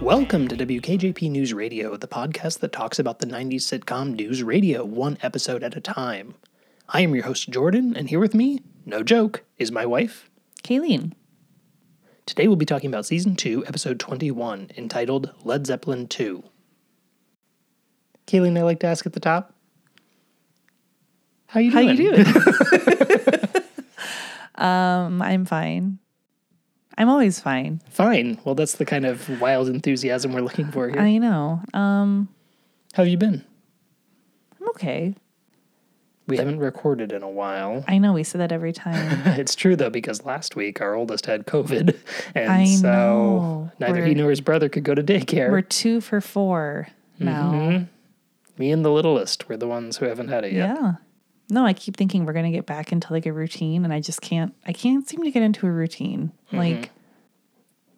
Welcome to WKJP News Radio, the podcast that talks about the 90s sitcom News Radio, one episode at a time. I am your host, Jordan, and here with me, no joke, is my wife. Kayleen. Today we'll be talking about Season 2, Episode 21, entitled Led Zeppelin 2. Kayleen, I like to ask at the top. How you How doing? you doing? um, I'm fine. I'm always fine. Fine. Well, that's the kind of wild enthusiasm we're looking for here. I know. Um, How have you been? I'm okay. We haven't recorded in a while. I know we say that every time. It's true though because last week our oldest had COVID, and I so know. neither he We're- nor his brother could go to We're daycare. two for four now. Me and the littlest were the ones who haven't had it yet. Yeah. No, I keep thinking we're gonna get back into like a routine, and I just can't. I can't seem to get into a routine. Like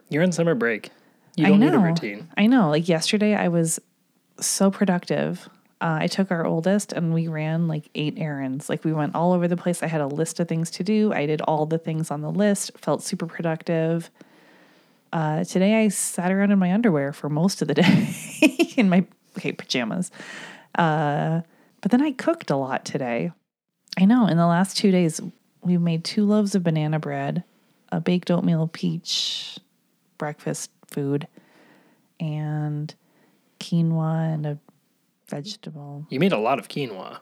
You're in summer break. You I don't know. need a routine. I know. Like yesterday, I was so productive. Uh, I took our oldest and we ran like eight errands. Like we went all over the place. I had a list of things to do. I did all the things on the list. Felt super productive. Uh, today I sat around in my underwear for most of the day in my okay pajamas. Uh, but then I cooked a lot today. I know. In the last two days, we've made two loaves of banana bread, a baked oatmeal peach breakfast food, and quinoa and a vegetable. You made a lot of quinoa.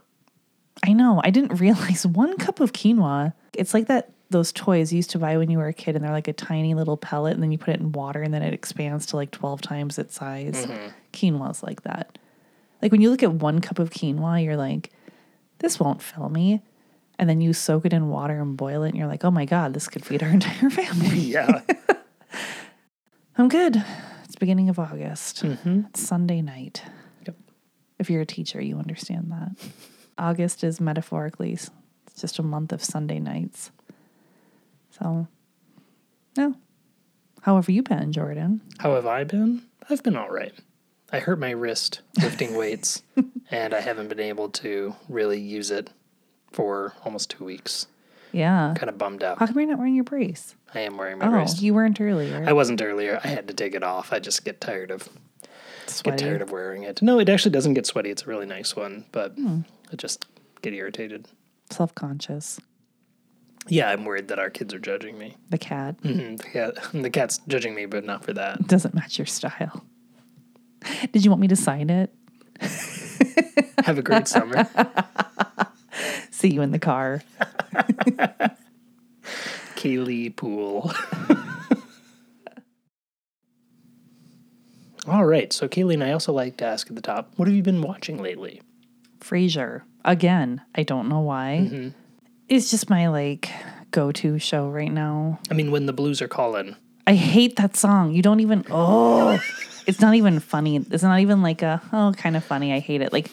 I know. I didn't realize one cup of quinoa. It's like that those toys you used to buy when you were a kid and they're like a tiny little pellet and then you put it in water and then it expands to like 12 times its size. Quinoa's like that. Like when you look at one cup of quinoa, you're like, this won't fill me. And then you soak it in water and boil it and you're like, oh my God, this could feed our entire family. Yeah. I'm good. It's beginning of August. It's Sunday night. Mm-hmm. Yep. If you're a teacher, you understand that. August is metaphorically s- it's just a month of Sunday nights. So, no. How have you been, Jordan? How have I been? I've been all right. I hurt my wrist lifting weights, and I haven't been able to really use it for almost two weeks. Yeah. Kind of bummed How out. come you're not wearing your brace? I am wearing my Oh, wrist. you weren't earlier. I wasn't earlier. I had to take it off. I just get tired of get Sweaty. tired of wearing it. No, it actually doesn't get sweaty. It's a really nice one, but Hmm. I just get irritated. Self-conscious. Yeah, I'm worried that our kids are judging me. The cat Mhm, the, cat, the cat's judging me, but not for that. doesn't match your style. Did you want me to sign it? Have a great summer. See you in the car. Kaylee Pool. All right. So, Kaylee and I also like to ask at the top, what have you been watching lately? Frasier. Again, I don't know why. Mm-hmm. It's just my like go-to show right now. I mean, when the blues are calling. I hate that song. You don't even oh it's not even funny. It's not even like a oh kind of funny. I hate it. Like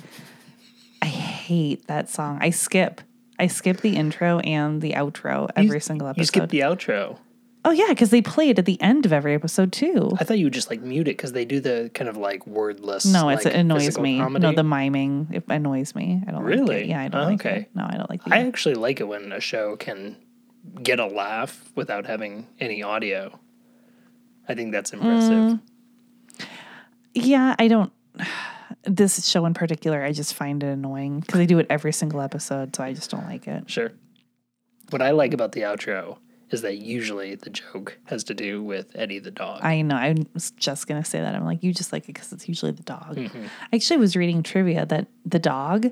I hate that song. I skip. I skip the intro and the outro every single episode. You skipped the outro. oh yeah, because they play it at the end of every episode too. I thought you would just like mute it because they do the kind of like wordless. No, it's, like, it annoys physical me. Comedy. No, the miming it annoys me. I don't like Really? it. Yeah, I don't Oh, like okay. it. No, I don't like the I actually like it when a show can get a laugh without having any audio. I think that's impressive. Mm. Yeah, I don't. This show in particular, I just find it annoying because they do it every single episode, so I just don't like it. Sure. What I like about the outro is that usually the joke has to do with Eddie the dog. I know. I was just gonna say that. I'm like, you just like it because it's usually the dog. Mm-hmm. I actually was reading trivia that the dog,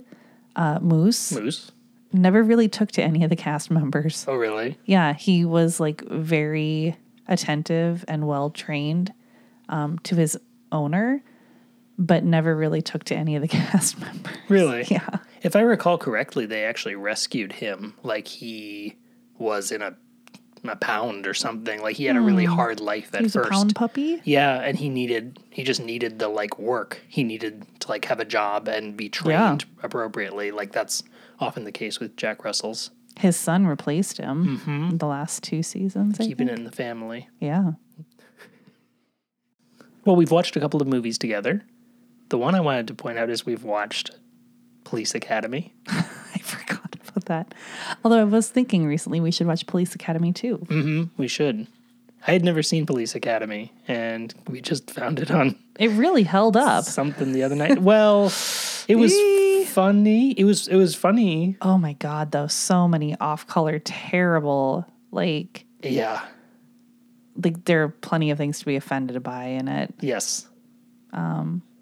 uh, Moose, Moose. never really took to any of the cast members. Oh, really? Yeah, he was like very attentive and well trained um, to his owner, but never really took to any of the cast members. Really? Yeah. If I recall correctly, they actually rescued him like he was in a a pound or something. Like he had a really hard life at Mm. He was first. a pound puppy. Yeah, and he needed he just needed the like work. He needed to like have a job and be Yeah. trained appropriately. Like that's often the case with Jack Russell's His son replaced him the last two seasons. I Mm-hmm. keeping think. it in the family. Yeah. Well, we've watched a couple of movies together. The one I wanted to point out is we've watched Police Academy. I forgot Mm. about that. Although I was thinking recently we should watch Police Academy too. We should. I had never seen Police Academy, and we just found it on It really held up. something the other night. Well, it was funny. It was it was funny. Oh my god, though, so many off-color, terrible. Like, Yeah. like there are plenty of things to be offended by in it. Yes.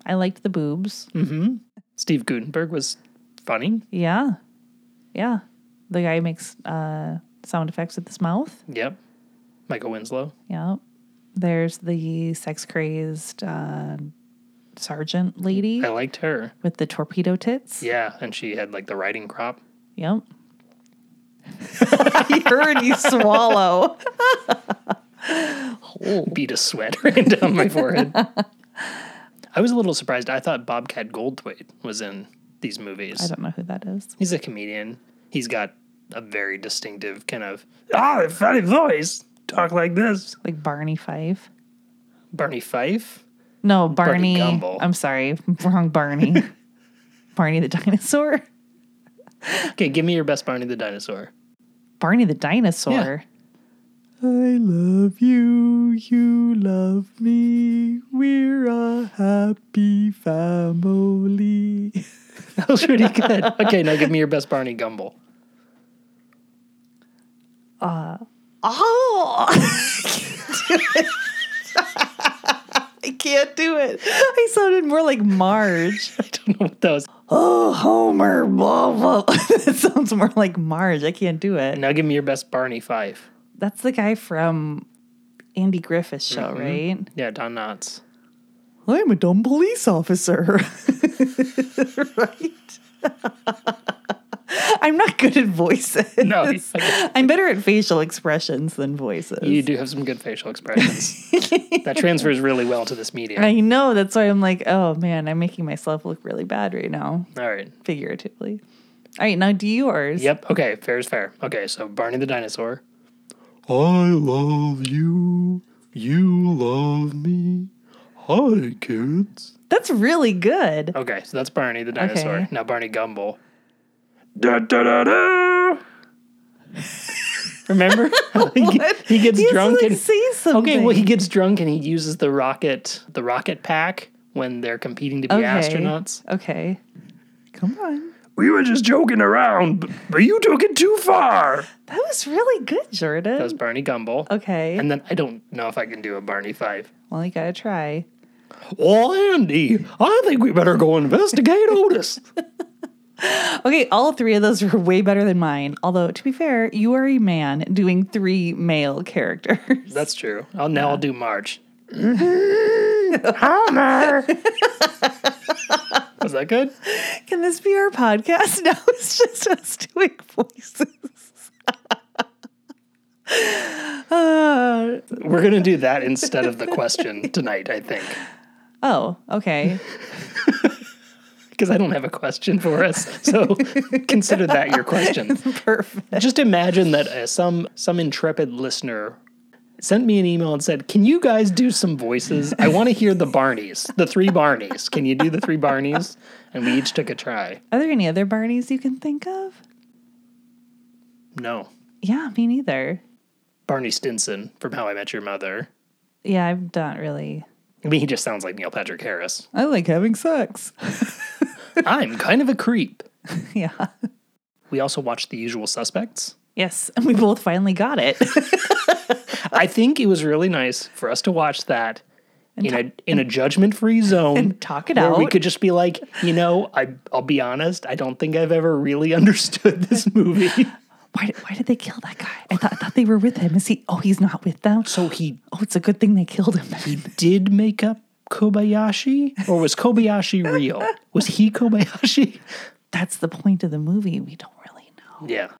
I liked the boobs. Mm. Steve Gutenberg was funny. Yeah, yeah. The guy makes uh, sound effects with his mouth. Yep. Michael Winslow. Yeah. There's the sex crazed uh, sergeant lady I liked her. with the torpedo tits. Yeah, and she had like the riding crop. Yep. I heard you swallow. Beat a sweat right down my forehead. I was a little surprised. I thought Bobcat Goldthwait was in these movies. I don't know who that is. He's a comedian. He's got a very distinctive kind of ah funny voice. Talk like this. Like Barney Fife. Barney Fife. No, Barney Barney. Gumble. I'm sorry, wrong Barney. Barney the dinosaur. Okay, give me your best Barney the dinosaur. Barney the dinosaur. I love you, you love me. We're a happy family. That was pretty good. Okay, now give me your best Barney Gumble. Oh, I can't do it. I sounded more like Marge. I don't know what that was. Oh, Homer, blah blah. it sounds more like Marge. I can't do it. Now give me your best Barney Fife. That's the guy from Andy Griffith's show, right? Yeah, Don Knotts. I'm a dumb police officer. right? I'm not good at voices. No, okay. I'm better at facial expressions than voices. you do have some good facial expressions. that transfers really well to this medium. I know. That's why I'm like, oh man, I'm making myself look really bad right now, All right. figuratively. All right, now do yours. Yep. Okay. Fair is fair. Okay. So Barney the dinosaur. I love you. You love me. Hi, kids. That's really good. Okay. So that's Barney the dinosaur. Okay. Now Barney Gumble. Da da da da. Remember? he, he gets He's drunk like, and say something. okay. Well, he gets drunk and he uses the rocket, the rocket pack when they're competing to be Okay. astronauts. Okay. Come on. We were just joking around, but, but you took it too far. That was really good, Jordan. That was Barney Gumble. okay. And then I don't know if I can do a Barney Five. well, you gotta try. Well, Andy, I think we better go investigate Otis. Okay, all three of those were way better than mine. Although, to be fair, you are a man doing three male characters. That's true. I'll, Oh, now I'll do Marge. Homer. Was that good? Can this be our podcast? Now it's just us doing voices. Uh, We're gonna do that instead of the question tonight, I think, oh, okay. because I don't have a question for us. So consider that your question. Perfect. Just imagine that uh, some some intrepid listener sent me an email and said, "Can you guys do some voices? I want to hear the Barneys, the three Barneys. Can you do the three Barneys?" And we each took a try. Are there any other Barneys you can think of? No, Yeah, me neither. Barney Stinson from How I Met Your Mother. Yeah, I'm not really. I mean, he just sounds like Neil Patrick Harris. I like having sex. I'm kind of a creep. yeah. We also watched The Usual Suspects. Yes, and we both finally got it. I think it was really nice for us to watch that in a in a judgment free zone and talk it where we out. could just be like, you know, I I'll be honest, I don't think I've ever really understood this movie. Why, did- why did they kill that guy? I thought, I thought they were with him. Is he? Oh, he's not with them. so he Oh, it's a good thing they killed him. did make up Kobayashi, or was Kobayashi real? Was he Kobayashi? That's the point of the movie. We don't really know. Yeah,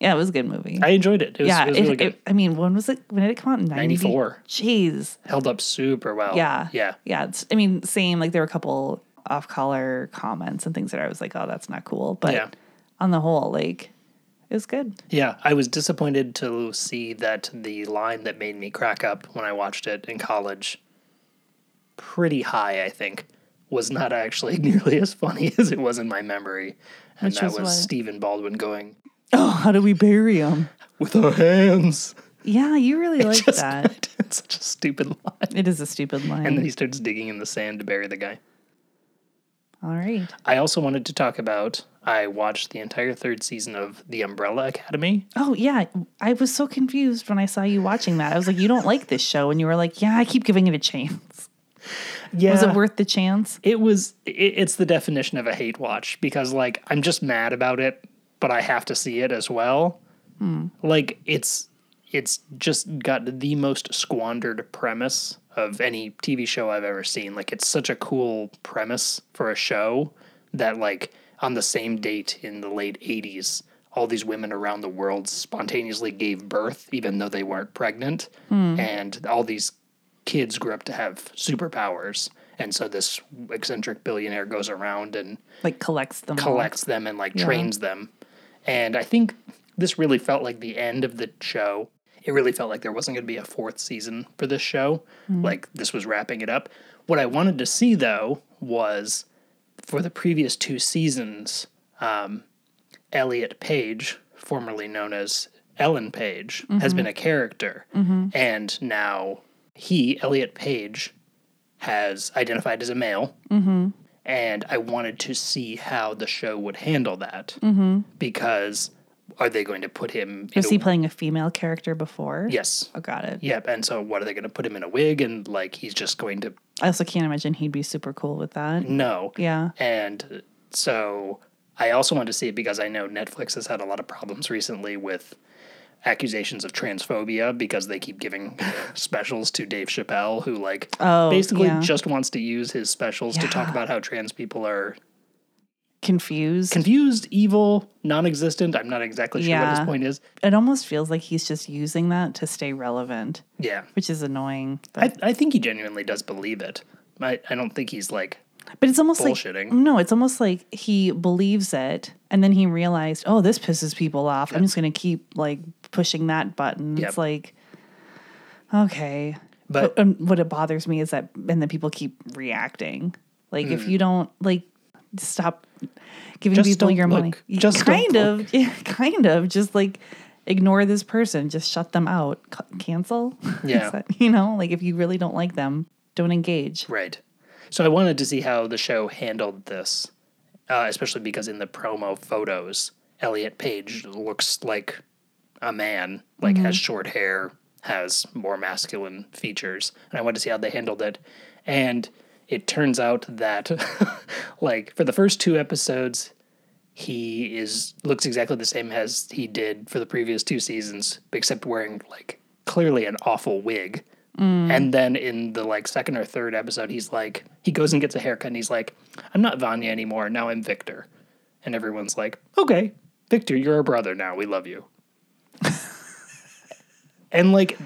Yeah, it was a good movie. I enjoyed it. It was, yeah, it was it- really good. it- I mean, when was it? When did it come out? 90? 94. Jeez. Held up super well. Yeah. Oh, yeah. Yeah. It's, I mean, same. Like there were a couple off color comments and things that I was like, oh, that's not cool. But Yeah. on the whole, like, it was good. Yeah, I was disappointed to see that the line that made me crack up when I watched it in college, pretty high, I think, was not actually nearly as funny as it was in my memory. And Which that was was what? Stephen Baldwin going, Oh, how do we bury him? with our hands. Yeah, you really like Just- that. it's such a stupid line. It is a stupid line. And then he starts digging in the sand to bury the guy. All right. I also wanted to talk about I watched the entire third season of The Umbrella Academy. Oh yeah, I was so confused when I saw you watching that. I was like, "You don't like this show," and you were like, "Yeah, I keep giving it a chance." Yeah. Was it worth the chance? it was it, it's the definition of a hate watch because like i'm just mad about it but i have to see it as well like it's it's just got the most squandered premise of any tv show i've ever seen like it's such a cool premise for a show that like on the same date in the late 80s all these women around the world spontaneously gave birth even though they weren't pregnant and all these kids grew up to have superpowers. And so this eccentric billionaire goes around and Like collects them. all. collects them and like trains them. And I think this really felt like the end of the show. It really felt like there wasn't going to be a fourth season for this show. Like this was wrapping it up. What I wanted to see though was for the previous two seasons, um, Elliot Page, formerly known as Ellen Page, has been a character. And now he, Elliot Page, has identified as a male and I wanted to see how the show would handle that mm-hmm. because are they going to put him? Was in he a, playing a female character before? yes. Oh, got it. Yep. And so, what are they going to put him in a wig and like he's just going to I also can't imagine he'd be super cool with that. no? Yeah. And so, I also wanted to see it because I know Netflix has had a lot of problems recently with accusations of transphobia because they keep giving specials to Dave Chappelle who like Oh, basically yeah. just wants to use his specials to talk Yeah. about how trans people are Confused. confused, evil, non-existent. I'm not exactly sure what Yeah. his point is. it almost feels like he's just using that to stay relevant, Yeah, which is annoying. But, I, I think he genuinely does believe it. I, I don't think he's like but it's almost Bullshitting. like no, it's almost like he believes it, and then he realized, oh, this pisses people off. I'm just going to keep like pushing that button. Yep. It's like okay, But- um, what it bothers me is that, and then people keep reacting. Like if you don't like stop giving Hmm. Just people don't your money, look. Just don't kind of, yeah, kind of, just like ignore this person, just shut them out, C- cancel. Yeah. Is that- you know, like if you really don't like them, don't engage. right. So I wanted to see how the show handled this, uh, especially because in the promo photos, Elliot Page looks like a man, like has short hair, has more masculine features, and I wanted to see how they handled it. And it turns out that, like, for the first two episodes, he is looks exactly the same as he did for the previous two seasons, except wearing like clearly an awful wig. Mm. And then in the like second or third episode, he's like he goes and gets a haircut and he's like, I'm not Vanya anymore, now I'm Victor. And everyone's like, Okay, Victor, you're our brother now. We love you. and like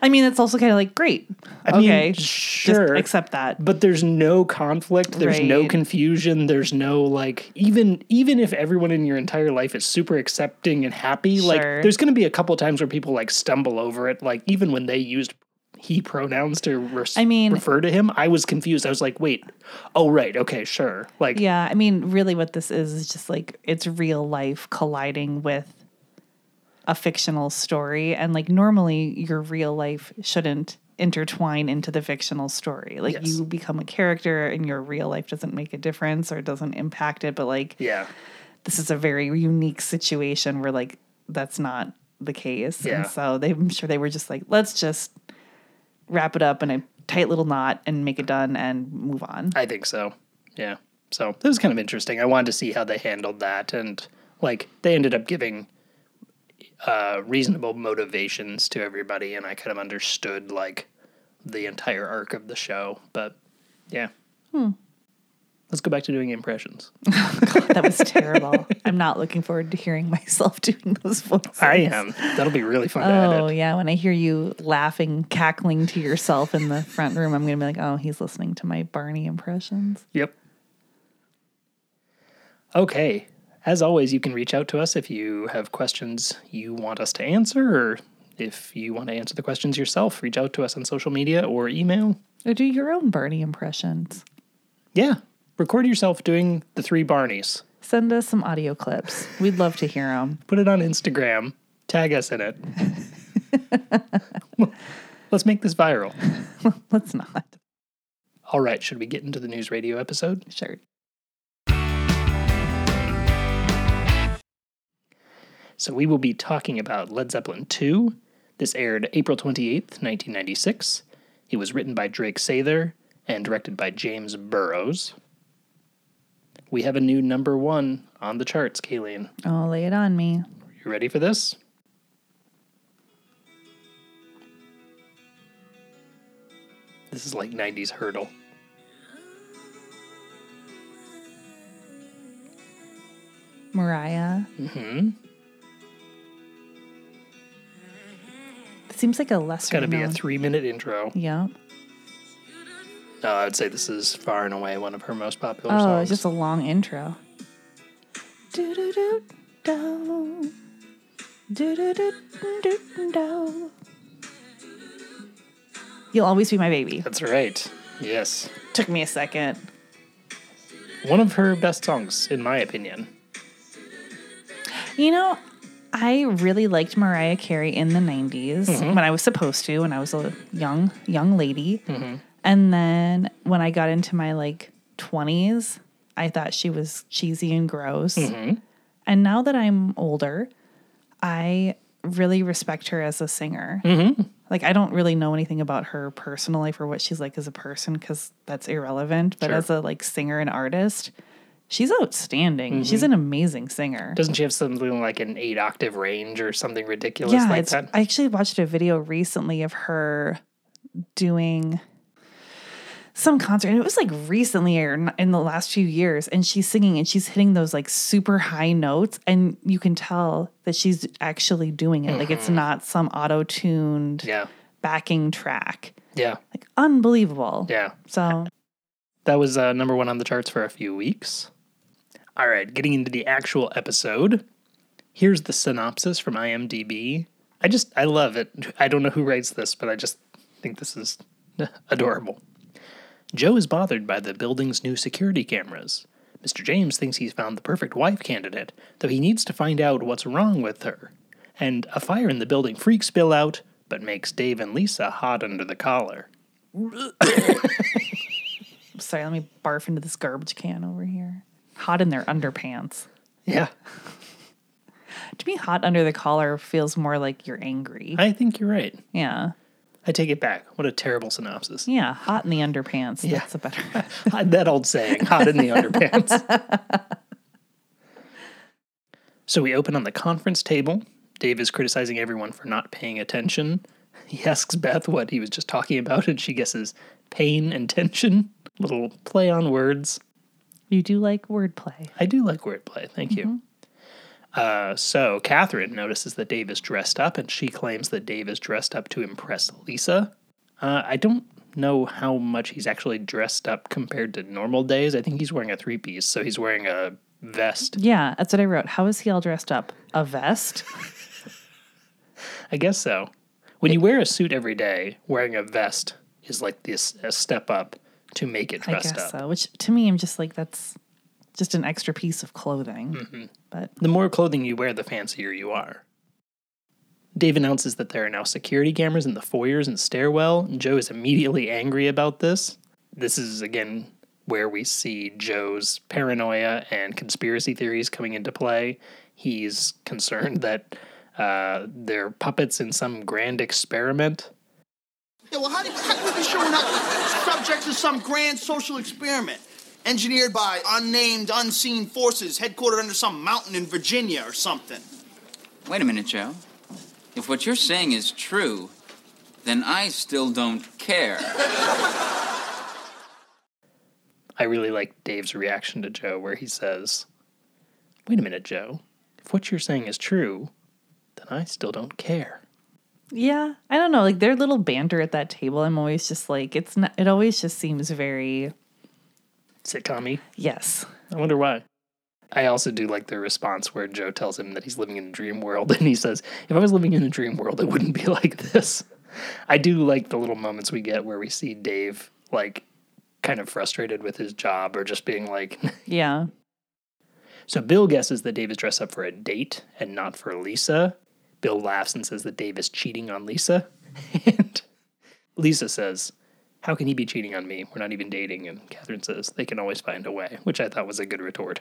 I mean, it's also kind of like great. mean, okay, sure. just accept that. but there's no conflict there's no Right. confusion there's no like even even if everyone in your entire life is super accepting and happy like Sure. there's going to be a couple times where people like stumble over it like even when they used he pronouns to res- I mean- refer to him i was confused i was like wait oh right okay sure like Yeah, I mean, really, what this is is just like it's real life colliding with a fictional story, and like normally, your real life shouldn't intertwine into the fictional story. Like Yes. you become a character, and your real life doesn't make a difference or doesn't impact it. But like, yeah this is a very unique situation where like that's not the case. Yeah. And so they, I'm sure they were just like, let's just wrap it up in a tight little knot and make it done and move on. I think so. Yeah. So this is kind of interesting. I wanted to see how they handled that, and like they ended up giving uh, reasonable motivations to everybody, and I kind of understood like the entire arc of the show. But yeah. Let's go back to doing impressions. That was terrible. I'm not looking forward to hearing myself doing those voices. I am. That'll be really fun to Oh edit. yeah, when I hear you laughing, cackling to yourself in the front room, I'm gonna be like, "Oh, he's listening to my Barney impressions." Yep. Okay. As always, you can reach out to us if you have questions you want us to answer, or if you want to answer the questions yourself, reach out to us on social media or email. Or do your own Barney impressions. Yeah. Record yourself doing the three Barneys. Send us some audio clips. We'd love to hear them. Put it on Instagram. Tag us in it. Let's make this viral. Let's not. All right, should we get into the news radio episode? Sure. So we will be talking about Led Zeppelin II. This aired April 28th, 1996. It was written by Drake Sather and directed by James Burrows. We have a new number one on the charts, Kayleen. Oh, lay it on me. You ready for this? This is like 90s hurdle. Mariah. hmm It seems like a lesser. It's got to be a known- three minute intro. Yeah. No, I would say this is far and away one of her most popular Oh, songs. it's just a long intro. Do do do do. Do do do do do. You'll always be my baby. That's right. Yes. Took me a second. One of her best songs, in my opinion. You know, I really liked Mariah Carey in the 90s when I was supposed to, when I was a young young lady. And then when I got into my like 20s, I thought she was cheesy and gross. And now that I'm older, I really respect her as a singer. Like I don't really know anything about her personal life or what she's like as a person cuz that's irrelevant, but Sure. as a like singer and artist, she's outstanding. She's an amazing singer. Doesn't she have something like an eight octave range or something ridiculous Yeah, like it's, that? I actually watched a video recently of her doing some concert, and it was like recently or n- in the last few years, and she's singing and she's hitting those like super high notes, and you can tell that she's actually doing it. Like it's not some auto tuned Mm-hmm. Yeah. backing track. Yeah. Like unbelievable. Yeah. So That was uh, number one on the charts for a few weeks. All right, getting into the actual episode. Here's the synopsis from IMDb. I just, I love it. I don't know who writes this, but I just think this is adorable. Joe is bothered by the building's new security cameras. Mr. James thinks he's found the perfect wife candidate, though he needs to find out what's wrong with her. And a fire in the building freaks Bill out, but makes Dave and Lisa hot under the collar. sorry, let me barf into this garbage can over here. Hot in their underpants. Yeah. To me, hot under the collar feels more like you're angry. I think you're right. yeah. I take it back. What a terrible synopsis. Yeah, hot in the underpants. That's a better. that old saying, hot in the underpants. so we open on the conference table. Dave is criticizing everyone for not paying attention. He asks Beth what he was just talking about, and she guesses pain and tension. Little play on words. you do like wordplay. I do like wordplay. Thank you. Mm-hmm. Uh, so Catherine notices that Dave is dressed up, and she claims that Dave is dressed up to impress Lisa. Uh, I don't know how much he's actually dressed up compared to normal days. I think he's wearing a three piece, so he's wearing a vest. Yeah, that's what I wrote. How is he all dressed up? A vest? I guess so. When you wear a suit every day, wearing a vest is like this a step up to make it I dressed guess up. so. Which to me, I'm just like that's just an extra piece of clothing. Mm-hmm. But The more clothing you wear, the fancier you are. Dave announces that there are now security cameras in the foyers and stairwell. and Joe is immediately angry about this. This is, again, where we see Joe's paranoia and conspiracy theories coming into play. He's concerned that uh, they're puppets in some grand experiment. Yeah, well, how do, how do we be sure we're not subjects to some grand social experiment engineered by unnamed, unseen forces headquartered under some mountain in Virginia or something? Wait a minute, Joe. If what you're saying is true, then I still don't care. I really like Dave's reaction to Joe, where he says, Wait a minute, Joe. If what you're saying is true, then I still don't care. yeah, I don't know. Like their little banter at that table, I'm always just like it's not. It always just seems very Sitcom yes. I wonder why. I also do like the response where Joe tells him that he's living in a dream world, and he says, "If I was living in a dream world, it wouldn't be like this." I do like the little moments we get where we see Dave like kind of frustrated with his job or just being like. Yeah, so Bill guesses that Dave is dressed up for a date and not for Lisa, Bill laughs and says that Dave is cheating on Lisa. And Lisa says, How can he be cheating on me? We're not even dating. And Catherine says, They can always find a way, which I thought was a good retort.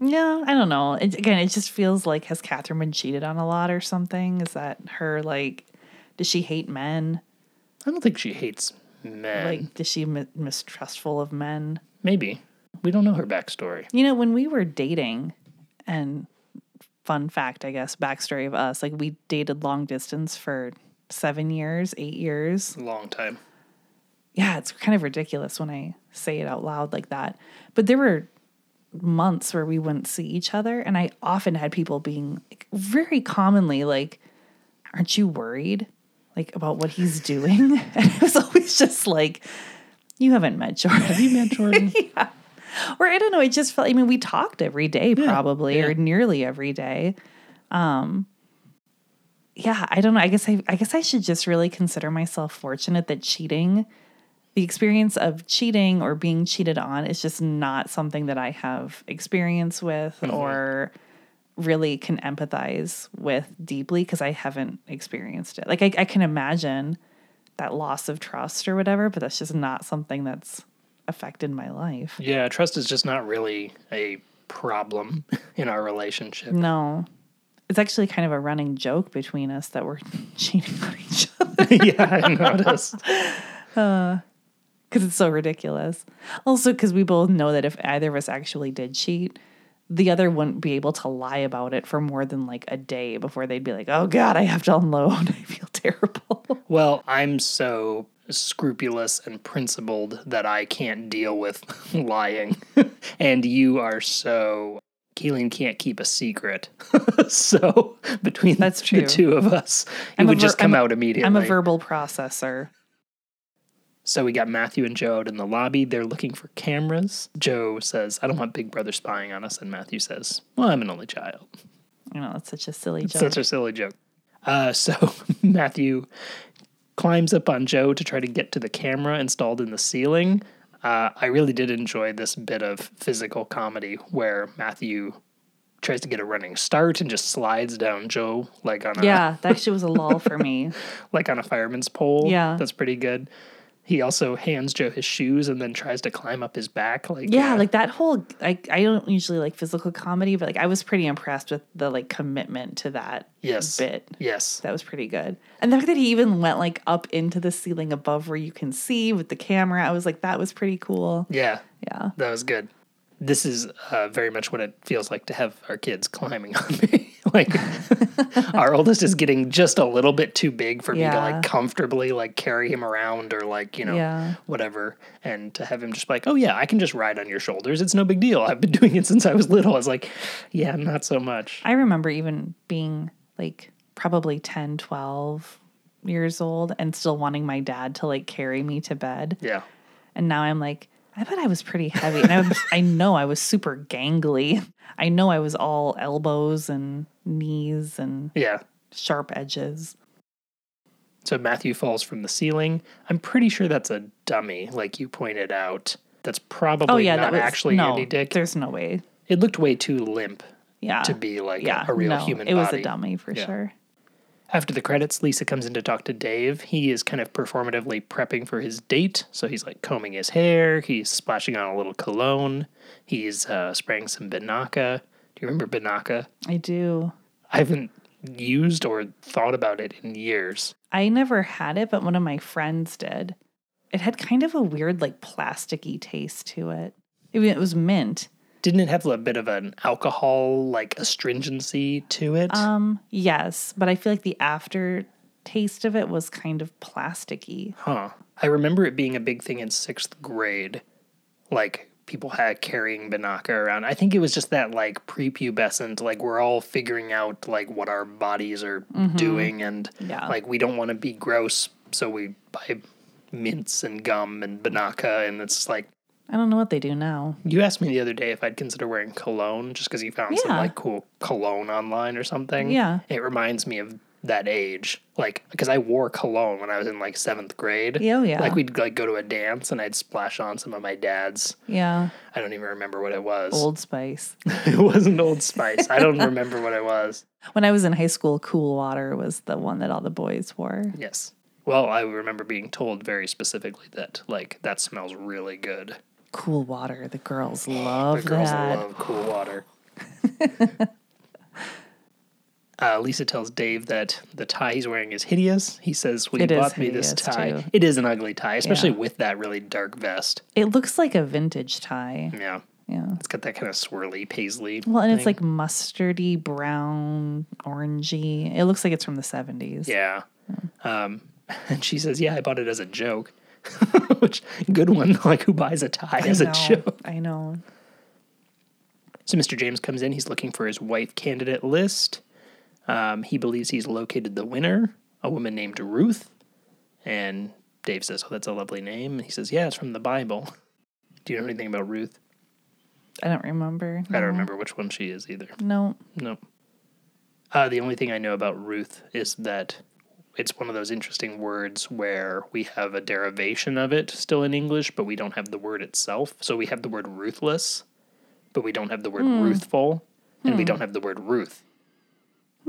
Yeah, I don't know. It, again, it just feels like has Catherine been cheated on a lot or something? Is that her like? Does she hate men? I don't think she hates men. Like, is she mi- mistrustful of men? Maybe. We don't know her backstory. You know, when we were dating, and fun fact, I guess, backstory of us, like we dated long distance for seven years, eight years. Long time. yeah, it's kind of ridiculous when I say it out loud like that. But there were months where we wouldn't see each other. And I often had people being like, very commonly like, Aren't you worried? Like about what he's doing? and it was always just like, You haven't met Jordan. You met Jordan. or I don't know. It just felt, I mean, we talked every day probably or nearly every day. Um, yeah, I don't know. I guess I, I guess I should just really consider myself fortunate that cheating the experience of cheating or being cheated on is just not something that I have experience with or really can empathize with deeply because I haven't experienced it. Like I, I can imagine that loss of trust or whatever, but that's just not something that's affected my life. yeah, trust is just not really a problem in our relationship. No. It's actually kind of a running joke between us that we're cheating on each other. yeah, I noticed. because it's so ridiculous. Also, because we both know that if either of us actually did cheat, the other wouldn't be able to lie about it for more than like a day before they'd be like, "Oh God, I have to unload. I feel terrible." Well, I'm so scrupulous and principled that I can't deal with lying. and you are so. Keelan can't keep a secret. so between That's the true. two of us, it I'm a would ver- just come I'm a- out immediately. I'm a verbal processor. So we got Matthew and Joe out in the lobby. They're looking for cameras. Joe says, I don't want Big Brother spying on us. And Matthew says, Well, I'm an only child. You know, it's such a silly joke. Such a silly joke. Uh, so Matthew climbs up on Joe to try to get to the camera installed in the ceiling. Uh, I really did enjoy this bit of physical comedy where Matthew tries to get a running start and just slides down Joe like on a yeah, that actually was a lull for me. like on a fireman's pole. Yeah. that's pretty good. He also hands Joe his shoes and then tries to climb up his back. Like Yeah, uh, like that whole I I don't usually like physical comedy, but like I was pretty impressed with the like commitment to that yes, bit. yes, That was pretty good. And the fact that he even went like up into the ceiling above where you can see with the camera, I was like, that was pretty cool. yeah, Yeah. That was good. This is uh, very much what it feels like to have our kids climbing on me. like our oldest is getting just a little bit too big for me to Yeah. like comfortably like carry him around or like you know Yeah. whatever, and to have him just be like, oh yeah, I can just ride on your shoulders. It's no big deal. I've been doing it since I was little. I was like, yeah, not so much. I remember even being like probably 10, 12 years old and still wanting my dad to like carry me to bed. Yeah, And now I'm like, I bet I was pretty heavy. And I, was, I know I was super gangly. I know I was all elbows and knees and yeah. sharp edges. So Matthew falls from the ceiling. I'm pretty sure that's a dummy, like you pointed out. That's probably Oh, yeah. not that was actually no, Andy Dick. There's no way. It looked way too limp Yeah. to be like Ah, yeah, a, a real no, human It was body. a dummy for Yeah. sure. After the credits, Lisa comes in to talk to Dave. He is kind of performatively prepping for his date. So he's like combing his hair, he's splashing on a little cologne, he's uh, spraying some Banaka. Do you remember Banaka? I do. I haven't used or thought about it in years. I never had it, but one of my friends did. It had kind of a weird, like plasticky taste to it. I mean, it was mint. Didn't it have a bit of an alcohol like astringency to it? Um, yes, but I feel like the after taste of it was kind of plasticky. Huh. I remember it being a big thing in sixth grade. Like people had carrying Banaka around. I think it was just that like prepubescent, like we're all figuring out like what our bodies are doing and Mm-hmm. Yeah. like we don't want to be gross, so we buy mints and gum and Banaka and it's like I don't know what they do now. you asked me the other day if I'd consider wearing cologne just because you found some Yeah. like cool cologne online or something. Yeah. It reminds me of that age. Like, because I wore cologne when I was in like seventh grade. Yeah, oh, yeah. Like we'd like go to a dance and I'd splash on some of my dad's. Yeah. I don't even remember what it was. Old Spice. it wasn't Old Spice. I don't remember what it was. When I was in high school, Cool Water was the one that all the boys wore. Yes. Well, I remember being told very specifically that like that smells really good. Cool Water. The girls love The girls that. love cool water. uh, Lisa tells Dave that the tie he's wearing is hideous. He says, "When It you is bought me this hideous, tie, too. it is an ugly tie, especially with that really dark vest." It looks like a vintage tie. Yeah, Yeah. it's got that kind of swirly paisley. Well, and it's thing. like mustardy, brown, orangey. It looks like it's from the 70s. yeah. Um, and she says, "Yeah, I bought it as a joke." Which good one, like who buys a tie I as a know, joke? I know. So Mr. James comes in. He's looking for his wife candidate list. Um, he believes he's located the winner, a woman named Ruth. And Dave says, "Oh, that's a lovely name." And he says, "Yeah, it's from the Bible." Do you know anything about Ruth? I don't remember. I don't remember which one she is either. No. No. Uh, the only thing I know about Ruth is that it's one of those interesting words where we have a derivation of it still in English, but we don't have the word itself. So we have the word ruthless, but we don't have the word ruthful, and we don't have the word Ruth.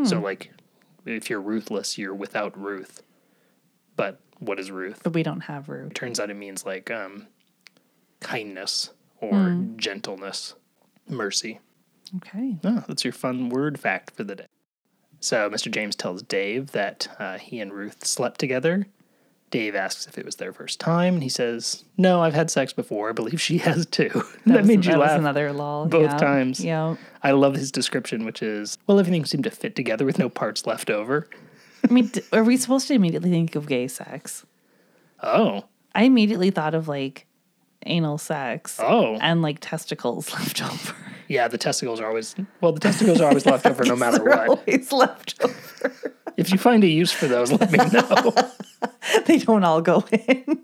So, like, if you're ruthless, you're without Ruth. But what is Ruth? But we don't have root. It turns out it means like um, kindness or gentleness, mercy. Okay. Oh, that's your fun word fact for the day. So Mr. James tells Dave that uh, he and Ruth slept together. Dave asks if it was their first time, and he says, "No, I've had sex before. I believe she has too." that was- made you that was laugh. another lol. both yeah. times. Yeah. I love his description, which is, "Well, everything seemed to fit together with no parts left over." I mean, d- are we supposed to immediately think of gay sex? Oh, I immediately thought of like anal sex. Oh. And like testicles left over. yeah. The testicles are always well. The testicles are always left over, no matter They're what. always left over. If you find a use for those, let me know. They don't all go in.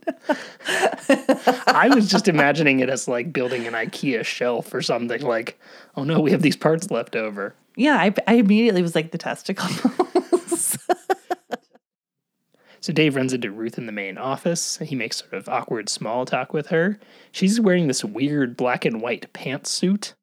I was just imagining it as like building an IKEA shelf or something. Like, oh no, we have these parts left over. Yeah, I, I immediately was like the testicles. So Dave runs into Ruth in the main office. He makes sort of awkward small talk with her. She's wearing this weird black and white pantsuit.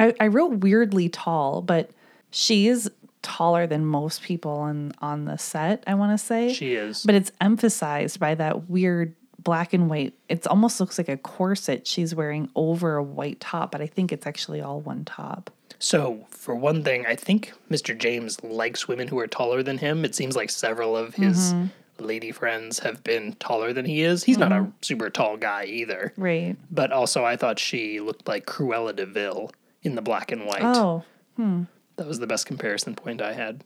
I, I wrote weirdly tall, but she is taller than most people on on the set. I want to say She is. but it's emphasized by that weird black and white. It almost looks like a corset she's wearing over a white top, but I think it's actually all one top. So, for one thing, I think Mr. James likes women who are taller than him. It seems like several of his Mm-hmm. lady friends have been taller than he is. He's not a super tall guy either. Right. But also, I thought she looked like Cruella de Vil in the black and white. Oh, That was the best comparison point I had.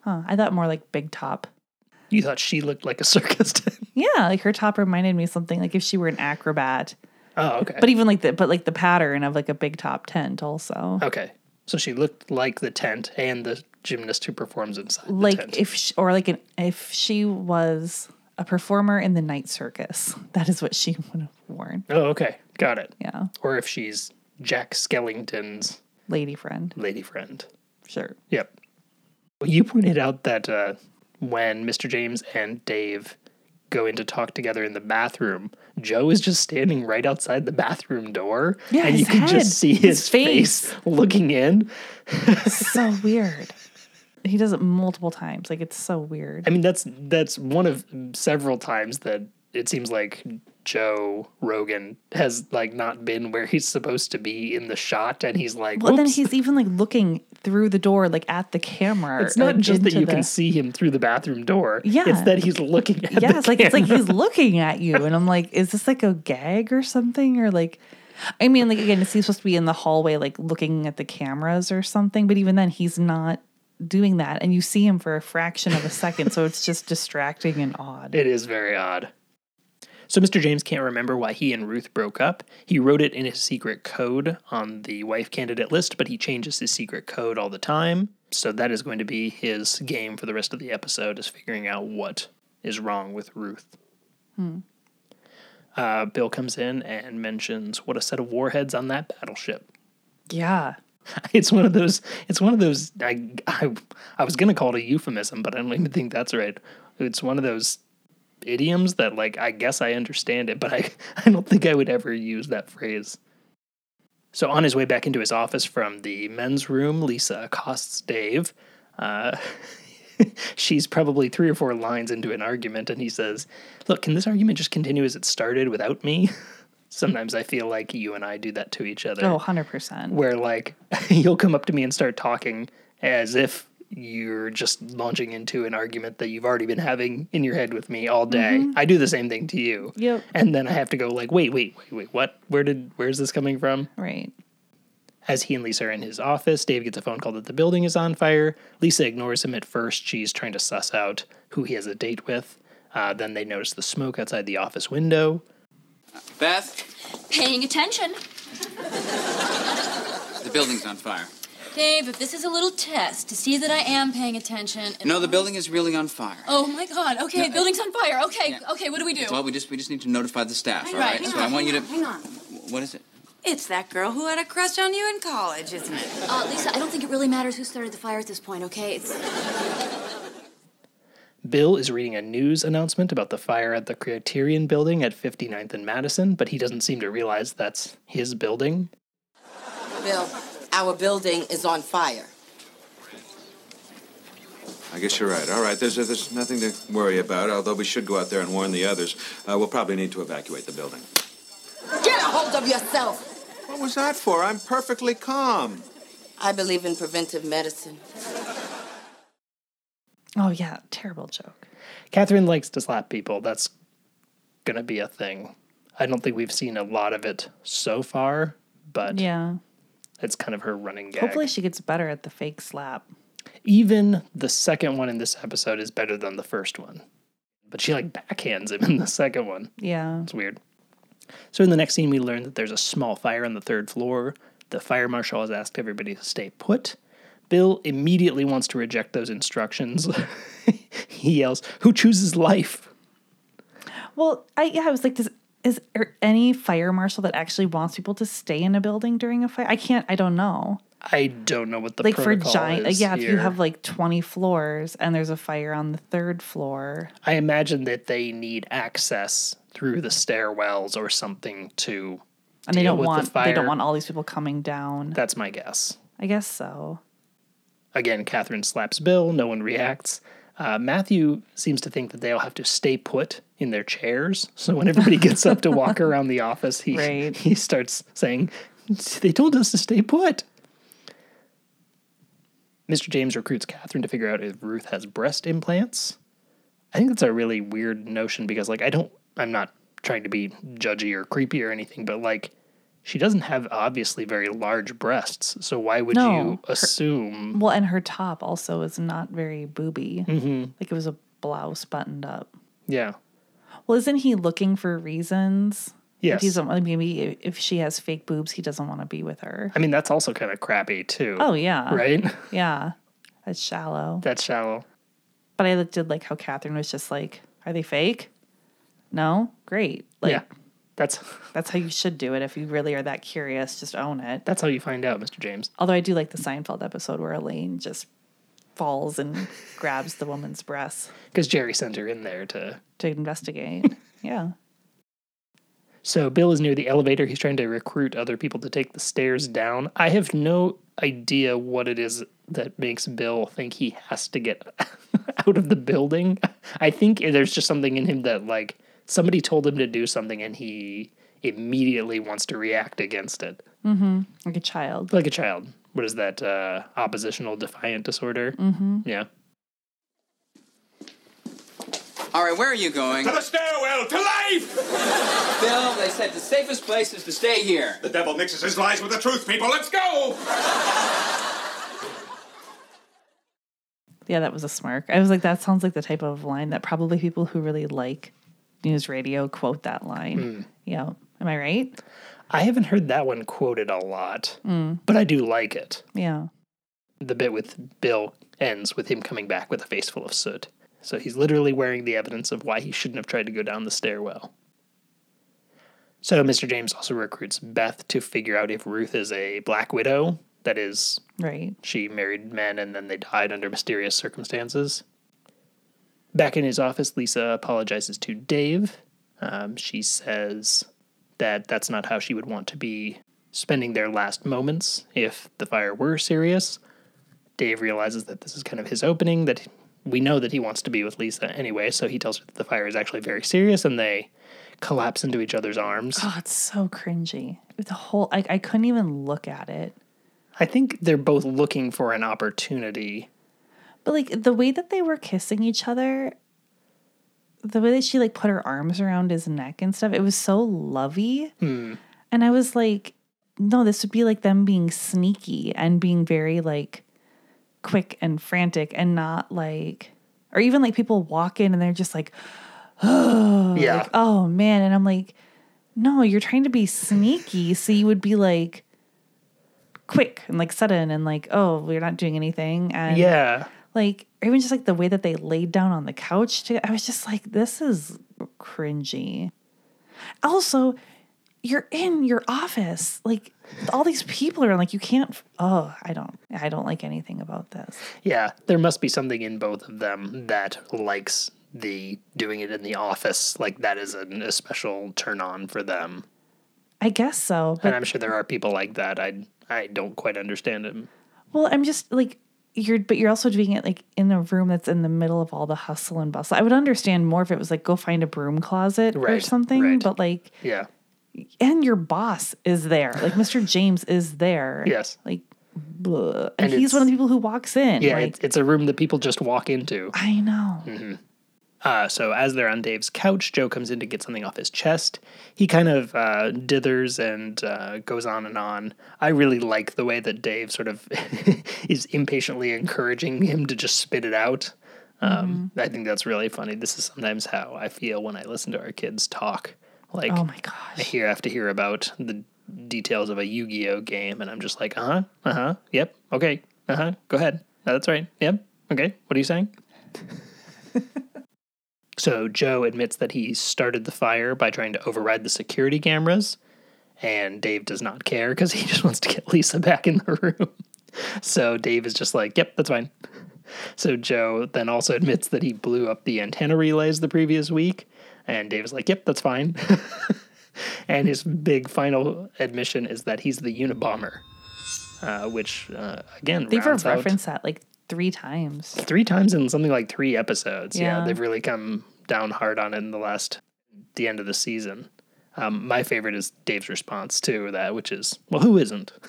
huh. I thought more like big top. You thought she looked like a circus tent. Yeah, like her top reminded me of something like if she were an acrobat. oh, okay. But even like the but like the pattern of like a big top tent also. Okay. So she looked like the tent and the gymnast who performs inside like the tent. if she, or like an if she was a performer in the night circus, that is what she would have worn. oh, okay. Got it. Yeah, Or if she's Jack Skellington's lady friend, lady friend. sure. Yep. Well, You pointed out that uh, when Mr. James and Dave go in to talk together in the bathroom, Joe is just standing right outside the bathroom door. Yeah, and you his can head, just see his, his face. looking in. so weird. He does it multiple times. Like it's so weird. I mean, that's that's one of several times that it seems like Joe Rogan has like not been where he's supposed to be in the shot, and he's like, well, then "Whoops." he's even like looking through the door, like at the camera. It's not like, just that into you the- can see him through the bathroom door. Yeah. it's that he's looking at. Yeah, the it's like it's like camera. he's looking at you, and I'm like, is this like a gag or something, or like, I mean, like again, is he supposed to be in the hallway, like looking at the cameras or something? But even then, he's not doing that, and you see him for a fraction of a second, so it's just distracting and odd. It is very odd. So Mr. James can't remember why he and Ruth broke up. He wrote it in his secret code on the wife candidate list, but he changes his secret code all the time. So that is going to be his game for the rest of the episode is figuring out what is wrong with Ruth. Uh, Bill comes in and mentions what a set of warheads on that battleship. Yeah, It's one of those. It's one of those. I, I, I was gonna call it a euphemism, but I don't even think that's right. It's one of those idioms that, like, I guess I understand it, but I, I don't think I would ever use that phrase. So on his way back into his office from the men's room, Lisa accosts Dave. Uh, she's probably three or four lines into an argument, and he says, "Look, can this argument just continue as it started without me?" Sometimes I feel like you and I do that to each other Oh, 100%. where like you'll come up to me and start talking as if you're just launching into an argument that you've already been having in your head with me all day. I do the same thing to you. Yep. And then I have to go like, wait, wait, wait, wait, what? Where did where's this coming from? Right. As he and Lisa are in his office, Dave gets a phone call that the building is on fire. Lisa ignores him at first. She's trying to suss out who he has a date with. Uh, then they notice the smoke outside the office window. Beth, Paying attention. the building's on fire. Dave, if this is a little test to see that I am paying attention. and- No, the building is really on fire. Oh my god. Okay, No, building's on fire. Okay, Yeah. okay, what do we do? Well, we just we just need to notify the staff, Hang all on, right? hang so on, I want you to. Hang on. What is it? It's that girl who had a crush on you in college, isn't it? Uh, Lisa, I don't think it really matters who started the fire at this point, okay? It's Bill is reading a news announcement about the fire at the Criterion building at 59th and Madison, but he doesn't seem to realize that's his building. Bill, our building is on fire. I guess you're right. All right, there's, there's nothing to worry about, although we should go out there and warn the others. Uh, we'll probably need to evacuate the building. Get a hold of yourself. What was that for? I'm perfectly calm. I believe in preventive medicine. Oh, yeah. Terrible joke. Catherine likes to slap people. That's going to be a thing. I don't think we've seen a lot of it so far, but Yeah. it's kind of her running gag. Hopefully she gets better at the fake slap. Even the second one in this episode is better than the first one. But she like backhands him in the second one. Yeah. It's weird. So in the next scene, we learn that there's a small fire on the third floor. The fire marshal has asked everybody to stay put. Bill immediately wants to reject those instructions. he yells, "Who chooses life?" Well, I yeah, I was like, does is there any fire marshal that actually wants people to stay in a building during a fire? I can't. I don't know. I don't know what the Like for protocol giant, is yeah. If you here. have like twenty floors and there's a fire on the third floor, I imagine that they need access through the stairwells or something to. and they deal don't with the want they don't fire. want all these people coming down. That's my guess. I guess so. Again, Catherine slaps Bill. No one reacts. Uh, Matthew seems to think that they all have to stay put in their chairs. So when everybody gets up to walk around the office, he Right. he starts saying, "They told us to stay put." Mr. James recruits Catherine to figure out if Ruth has breast implants. I think that's a really weird notion because, like, I don't, I'm not trying to be judgy or creepy or anything, but like, she doesn't have obviously very large breasts. So why would No, you her- assume? Well, and her top also is not very booby. Mm-hmm. Like it was a blouse buttoned up. Yeah. Well, isn't he looking for reasons? Yes. If he's maybe if she has fake boobs, he doesn't want to be with her. I mean, that's also kind of crappy, too. Oh yeah. Right? Yeah. That's shallow. That's shallow. But I did like how Catherine was just like, Are they fake? No? Great. Like yeah. That's that's how you should do it if you really are that curious, just own it. that's how you find out, Mr. James. Although I do like the Seinfeld episode where Elaine just falls and grabs the woman's breasts Because Jerry sent her in there to. to investigate. yeah. So Bill is near the elevator. He's trying to recruit other people to take the stairs down. I have no idea what it is that makes Bill think he has to get out of the building. I think there's just something in him that, like, somebody told him to do something and he immediately wants to react against it. Like a child. like a child. What is that? Uh, oppositional defiant disorder. Mm-hmm. Yeah. All right, where are you going? the stairwell, to life! Bill, they said the safest place is to stay here. The devil mixes his lies with the truth, people. Let's go! Yeah, that was a smirk. I was like, that sounds like the type of line that probably people who really like news radio quote that line. Yeah. Am I right? I haven't heard that one quoted a lot, but I do like it. Yeah. The bit with Bill ends with him coming back with a face full of soot. So he's literally wearing the evidence of why he shouldn't have tried to go down the stairwell. So Mr. James also recruits Beth to figure out if Ruth is a Black Widow, That is, right? she married men and then they died under mysterious circumstances. Back in his office, Lisa apologizes to Dave. Um, she says that that's not how she would want to be spending their last moments if the fire were serious. Dave realizes that this is kind of his opening, that we know that he wants to be with Lisa anyway, so he tells her that the fire is actually very serious and they collapse into each other's arms. Oh, it's so cringy. The whole like I couldn't even look at it. I think they're both looking for an opportunity. But like the way that they were kissing each other, the way that she like put her arms around his neck and stuff, it was so lovey. And I was like, no, this would be like them being sneaky and being very like quick and frantic and not like or even like people walk in and they're just like, yeah. oh man. And I'm like, no, you're trying to be sneaky. So you would be like quick and like sudden and like, oh, we're not doing anything. And yeah. like or even just like the way that they laid down on the couch to, i was just like this is cringy also you're in your office like all these people are like you can't oh i don't i don't like anything about this Yeah, there must be something in both of them that likes the doing it in the office. Like that is an, a special turn on for them. i guess so but And I'm sure there are people like that. I I don't quite understand it. Well, I'm just like you're, but you're also doing it like in a room that's in the middle of all the hustle and bustle. I would understand more if it was like go find a broom closet or Right, something, right. but like, Yeah. and your boss is there, like Mr. James is there, Yes. like, bleh. and, And he's one it's- of the people who walks in. Yeah, like, it's, Mm-hmm. it's a room that people just walk into. I know. Uh, so as they're on Dave's couch, Joe comes in to get something off his chest. He kind of uh, dithers and uh, goes on and on. I really like the way that Dave sort of is impatiently encouraging him to just spit it out. Um, Mm-hmm. I think that's really funny. This is sometimes how I feel when I listen to our kids talk. Like Oh my I gosh. hear I have to hear about the details of a Yu-Gi-Oh game, and I'm just like, uh huh, uh huh, yep, okay, uh huh, go ahead, Uh, that's right, yep, okay. What are you saying? so Joe admits that he started the fire by trying to override the security cameras, and Dave does not care because he just wants to get Lisa back in the room. so Dave is just like, yep, that's fine. So Joe then also admits that he blew up the antenna relays the previous week, and Dave is like, yep, that's fine. And his big final admission is that he's the Unabomber, uh, which uh, again They've rounds out referenced that like three times. three times in something like three episodes. Yeah. Yeah. they've really come down hard on it in the last, the end of the season. Um, my favorite is Dave's response to that, which is, "Well, who isn't?"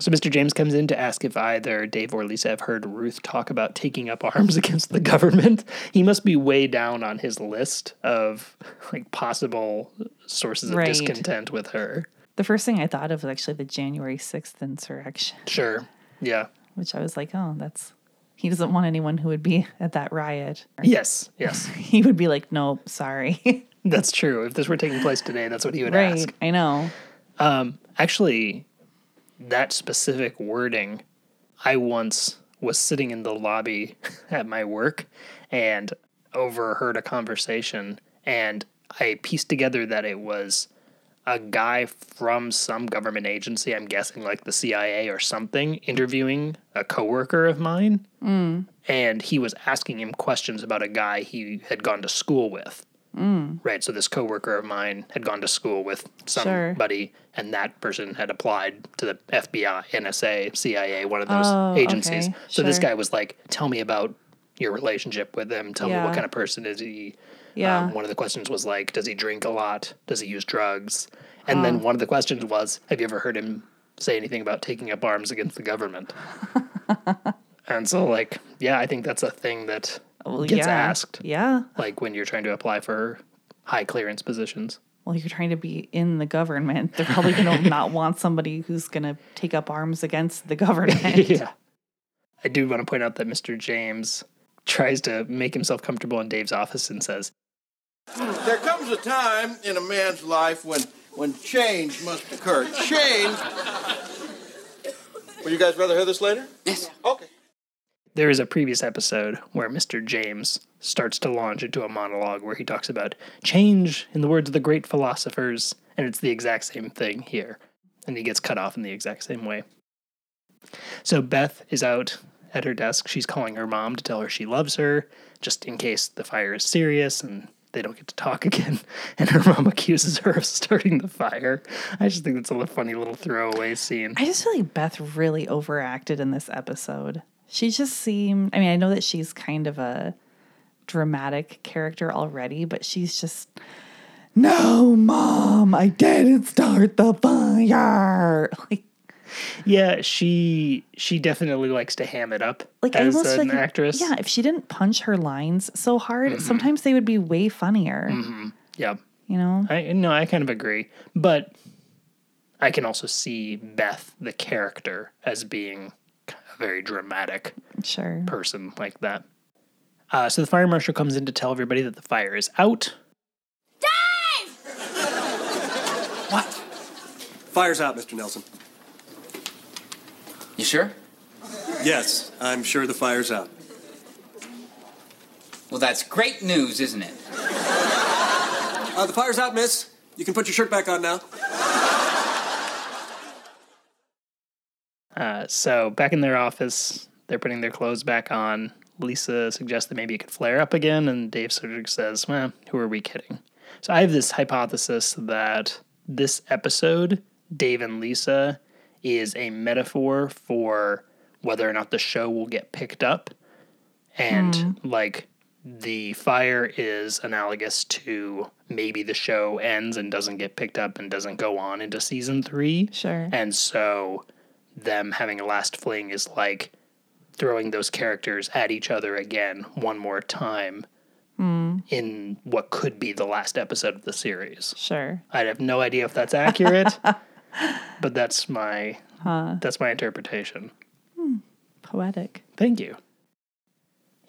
so Mr. James comes in to ask if either Dave or Lisa have heard Ruth talk about taking up arms against the government. He must be way down on his list of like possible sources of Right. discontent with her. The first thing I thought of was actually the January 6th insurrection, Sure. Yeah. which I was like, oh, that's, he doesn't want anyone who would be at that riot. Yes. Yes. He would be like, nope, sorry. That's true. If this were taking place today, that's what he would right. ask. I know. Actually, that specific wording, I once was sitting in the lobby at my work and overheard a conversation, and I pieced together that it was a guy from some government agency, I'm guessing like the CIA or something, interviewing a coworker of mine. And he was asking him questions about a guy he had gone to school with. Right. So this coworker of mine had gone to school with somebody, and that person had applied to the FBI, NSA, CIA, one of those Oh, agencies. okay, So this sure. guy was like, "Tell me about your relationship with him. Tell me Yeah. what kind of person is he." Yeah. Um, one of the questions was like, "Does he drink a lot? Does he use drugs?" And then one of the questions was, "Have you ever heard him say anything about taking up arms against the government?" and so, like, yeah, I think that's a thing that Oh, Well, gets yeah. asked Yeah. like when you're trying to apply for high clearance positions. Well, you're trying to be in the government. They're probably going to not want somebody who's going to take up arms against the government. yeah. I do want to point out that Mr. James tries to make himself comfortable in Dave's office and says, There comes a time in a man's life when when change must occur. Change. Would you guys rather hear this later? Yes. Okay. There is a previous episode where Mr. James starts to launch into a monologue where he talks about change in the words of the great philosophers, and it's the exact same thing here. and he gets cut off in the exact same way. So Beth is out at her desk. She's calling her mom to tell her she loves her, just in case the fire is serious and they don't get to talk again. And her mom accuses her of starting the fire. I just think that's a li- funny little throwaway scene. I just feel like Beth really overacted in this episode. She just seemed, I mean, I know that she's kind of a dramatic character already, but she's just, no, mom, I didn't start the fire. Like, Yeah, she she definitely likes to ham it up like I as almost feel an like, actress. Mm-hmm. Yeah, if she didn't punch her lines so hard, sometimes they would be way funnier. yeah. You know, I no, I kind of agree, but I can also see Beth the character as being a very dramatic sure. person like that. Uh, so the fire marshal comes in to tell everybody that the fire is out. Fire's out, Mr. Nelson. You sure? Yes, I'm sure the fire's out. Well, that's great news, isn't it? Uh, the fire's out, miss. You can put your shirt back on now. Uh, so back in their office, they're putting their clothes back on. Lisa suggests that maybe it could flare up again, and Dave Sergic says, "Well, who are we kidding?" So I have this hypothesis that this episode, Dave and Lisa, is a metaphor for whether or not the show will get picked up, and like the fire is analogous to maybe the show ends and doesn't get picked up and doesn't go on into season three. Sure. And so them having a last fling is like throwing those characters at each other again one more time in what could be the last episode of the series. Sure. I have no idea if that's accurate, but that's my that's my interpretation. Poetic. Thank you.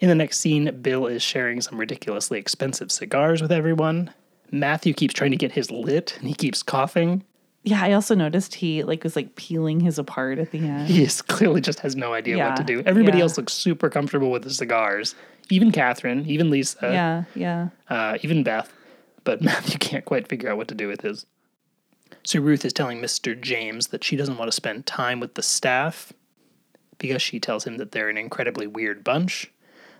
In the next scene, Bill is sharing some ridiculously expensive cigars with everyone. Matthew keeps trying to get his lit and he keeps coughing. Yeah, I also noticed he like was like peeling his apart at the end. He is clearly just has no idea what to Yeah, do. Everybody yeah. else looks super comfortable with the cigars, even Catherine, even Lisa, yeah, yeah. uh, even Beth. But Matthew can't quite figure out what to do with his. So Ruth is telling Mr. James that she doesn't want to spend time with the staff because she tells him that they're an incredibly weird bunch.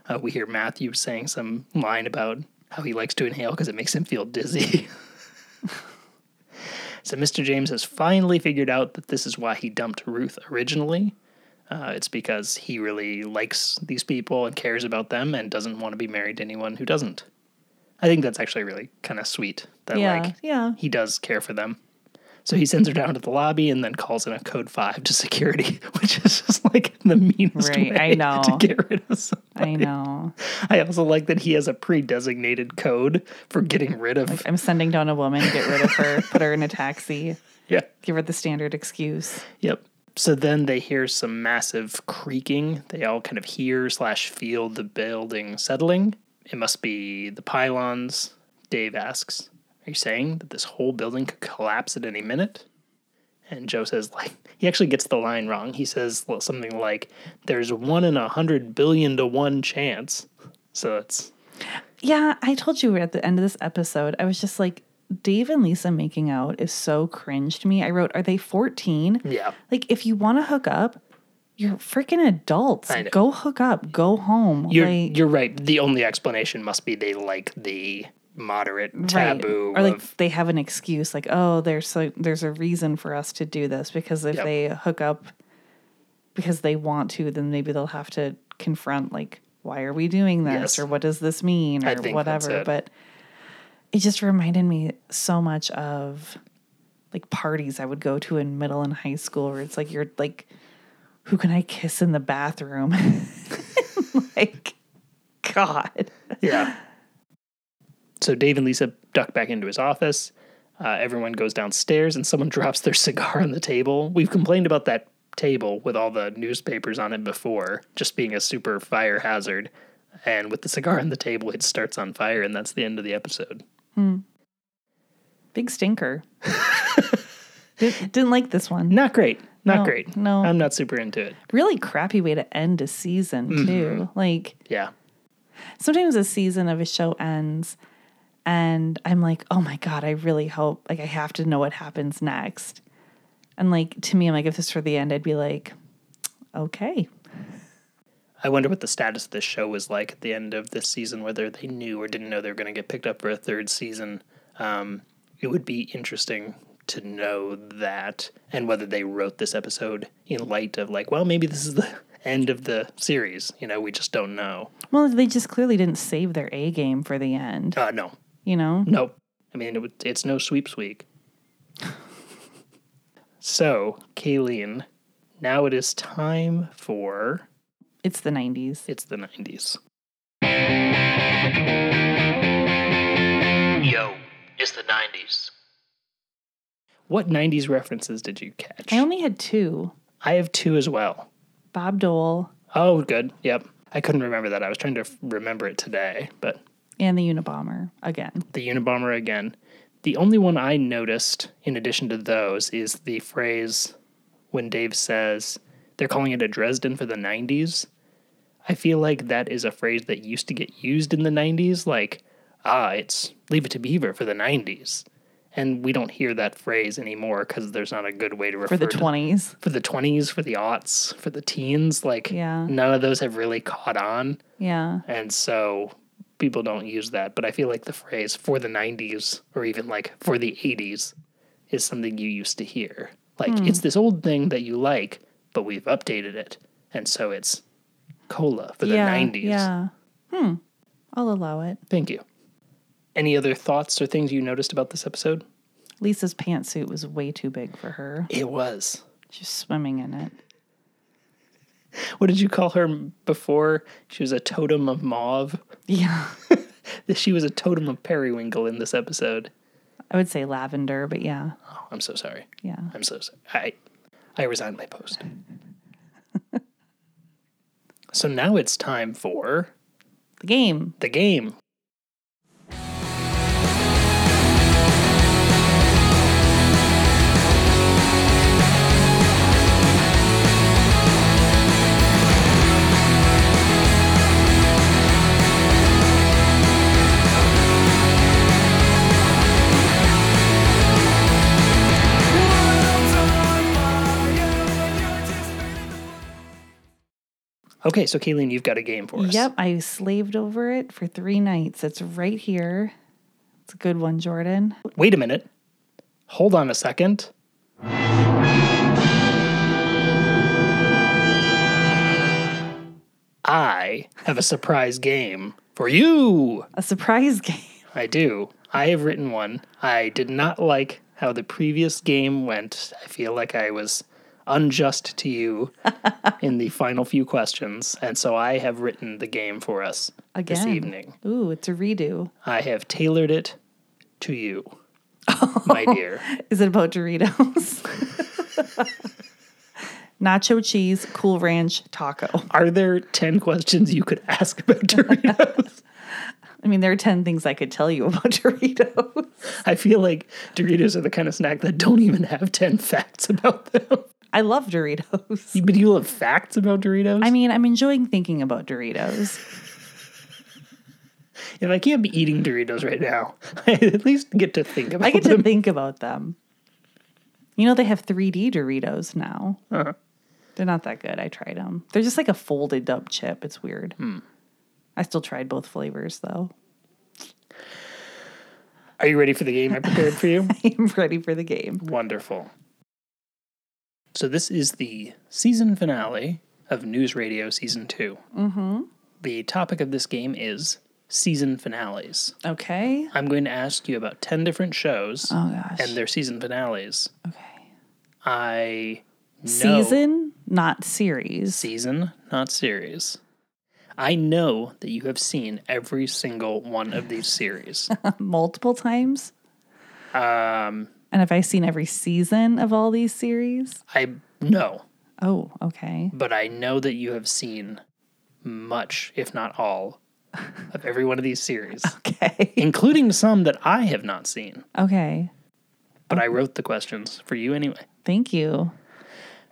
Uh, we hear Matthew saying some line about how he likes to inhale because it makes him feel dizzy. so Mr. James has finally figured out that this is why he dumped Ruth originally. Uh, it's because he really likes these people and cares about them and doesn't want to be married to anyone who doesn't. I think that's actually really kind of sweet that Yeah, like yeah. he does care for them. So he sends her down to the lobby and then calls in a code five to security, which is just like the meanest Right, way I know. to get rid of somebody. I know. I also like that he has a pre-designated code for getting rid of. I'm sending down a woman, get rid of her, put her in a taxi, yeah. give her the standard excuse. Yep. So then they hear some massive creaking. They all kind of hear slash feel the building settling. It must be the pylons. Dave asks, "Are you saying that this whole building could collapse at any minute?" And Joe says, like, he actually gets the line wrong. He says well, something like, "There's one in a hundred billion to one chance." So it's Yeah, I told you at the end of this episode, I was just like, Dave and Lisa making out is so cringe to me. I wrote, Are they 14? Yeah. Like, if you want to hook up, you're freaking adults. I know. Go hook up, go home. You're like, you're right. The only explanation must be they like the moderate right. taboo Or like, of they have an excuse, like, Oh, there's, so, there's a reason for us to do this because if Yep. they hook up because they want to, then maybe they'll have to confront, like, why are we doing this? Yes. Or what does this mean? Or I think that's whatever. it. But it just reminded me so much of like parties I would go to in middle and high school where it's like you're like, who can I kiss in the bathroom? like, God. yeah. So Dave and Lisa duck back into his office. Uh, everyone goes downstairs, and someone drops their cigar on the table. We've complained about that table with all the newspapers on it before, just being a super fire hazard. And with the cigar on the table, it starts on fire, and that's the end of the episode. Big stinker. Didn't, didn't like this one. Not great. Not No, great. no. I'm not super into it. Really crappy way to end a season, too. Like, Yeah. sometimes a season of a show ends and I'm like, oh my God, I really hope, like, I have to know what happens next. And like to me, I'm like, if this were the end, I'd be like, okay. I wonder what the status of this show was like at the end of this season, whether they knew or didn't know they were going to get picked up for a third season. Um, it would be interesting to know that and whether they wrote this episode in light of, like, well, maybe this is the end of the series. You know, we just don't know. Well, they just clearly didn't save their A game for the end, Uh, no, you know? Nope. I mean, it, would- it's no sweeps week. so, Kayleen, now it is time for It's the 90s. It's the 90s. Yo, it's the 90s. What 90s references did you catch? I only had two I have two as well. Bob Dole Oh, good. Yep. I couldn't remember that. I was trying to f- remember it today, but and the Unabomber again. the Unabomber again. The only one I noticed in addition to those is the phrase when Dave says they're calling it a Dresden for the 90s. I feel like that is a phrase that used to get used in the 90s, like, ah, it's leave it to Beaver for the 90s. And we don't hear that phrase anymore because there's not a good way to refer For the to 20s. for the 20s, for the aughts, for the teens. Like, Yeah. none of those have really caught on Yeah. and so people don't use that but i feel like the phrase for the 90s or even like for the 80s is something you used to hear like Hmm. it's this old thing that you like but we've updated it and so it's cola for the yeah, 90s Yeah. Hmm. I'll allow it. thank you any other thoughts or things you noticed about this episode Lisa's pantsuit was way too big for her. it was She's swimming in it. what did you call her before she was a totem of mauve Yeah. she was a totem of periwinkle in this episode I would say lavender, but yeah. oh, i'm so sorry Yeah. I'm so sorry. I I resign my post. so now it's time for The game. the game. Okay, so Kayleen, you've got a game for us. Yep. I slaved over it for three nights. It's right here. It's a good one, Jordan. Wait a minute. Hold on a second. I have a surprise game for you. A surprise game. I do. I have written one. I did not like how the previous game went. I feel like I was unjust to you in the final few questions, and so I have written the game for us this Again. evening. Ooh, it's a redo. I have tailored it to you, my dear. Is it about Doritos? Nacho cheese, cool ranch, taco. Are there 10 questions you could ask about Doritos? I mean, there are 10 things I could tell you about Doritos. I feel like Doritos are the kind of snack that don't even have 10 facts about them. I love Doritos. But you have facts about Doritos? I mean, I'm enjoying thinking about Doritos. If I can't be eating Doritos right now, I at least get to think about I get them. to think about them. You know, they have 3D Doritos now. Uh-huh. They're not that good. I tried them. They're just like a folded up chip. It's weird. I still tried both flavors though. Are you ready for the game I prepared for you? I'm ready for the game. Wonderful. So this is the season finale of News Radio Season 2. Mm-hmm. The topic of this game is season finales. Okay. I'm going to ask you about 10 different shows Oh gosh. and their season finales. okay. I know Season, not series. season, not series. I know that you have seen every single one of these series. Multiple times. Um and have I seen every season of all these series? I know, Oh, okay. but I know that you have seen much, if not all, of every one of these series, Okay. including some that I have not seen. okay. But I wrote the questions for you anyway. Thank you.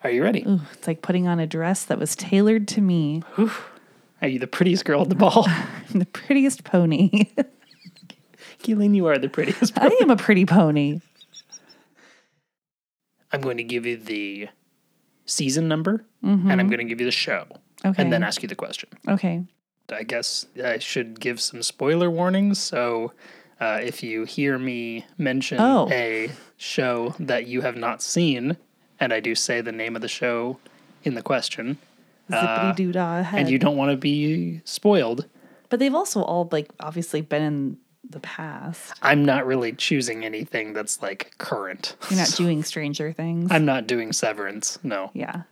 Are you ready? Ooh, it's like putting on a dress that was tailored to me. Are you the prettiest girl at the ball? I'm the prettiest pony. Keelan, you are the prettiest. I am a pretty pony. I'm going to give you the season number and I'm going to give you the show Mm-hmm. Okay. and then ask you the question. Okay. I guess I should give some spoiler warnings. So uh, if you hear me mention Oh. a show that you have not seen, and I do say the name of the show in the question, Zippity doo dah ahead. Uh, and you don't want to be spoiled, but they've also all like obviously been in the past. I'm not really choosing anything that's like current. You're not doing Stranger Things. I'm not doing Severance, no. yeah.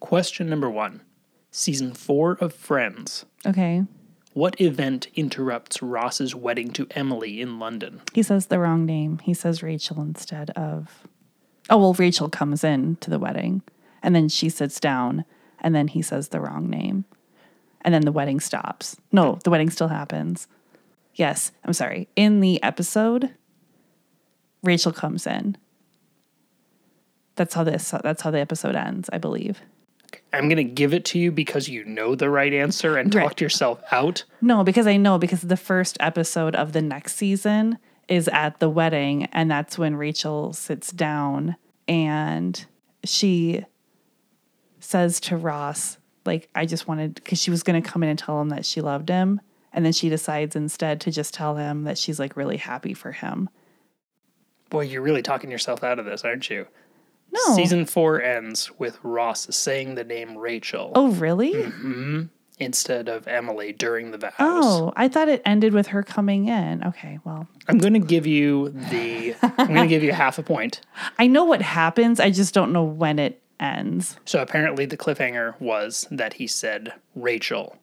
Question number one Season four of Friends. Okay. What event interrupts Ross's wedding to Emily in London? He says the wrong name. He says Rachel instead of. Oh, well, Rachel comes in to the wedding and then she sits down and then he says the wrong name. And then the wedding stops. No, the wedding still happens. Yes, I'm sorry. In the episode, Rachel comes in. That's how this that's how the episode ends, I believe. I'm going to give it to you because you know the right answer and Right. talked yourself out. No, because I know because the first episode of the next season is at the wedding, and that's when Rachel sits down and she says to Ross, like, I just wanted because she was gonna come in and tell him that she loved him. And then she decides instead to just tell him that she's like really happy for him. Boy, you're really talking yourself out of this, aren't you? No. Season four ends with Ross saying the name Rachel Oh, really? instead of Emily during the vows. Oh, I thought it ended with her coming in. Okay, well, I'm going to give you the. I'm going to give you half a point. I know what happens. I just don't know when it ends. So apparently, the cliffhanger was that he said Rachel.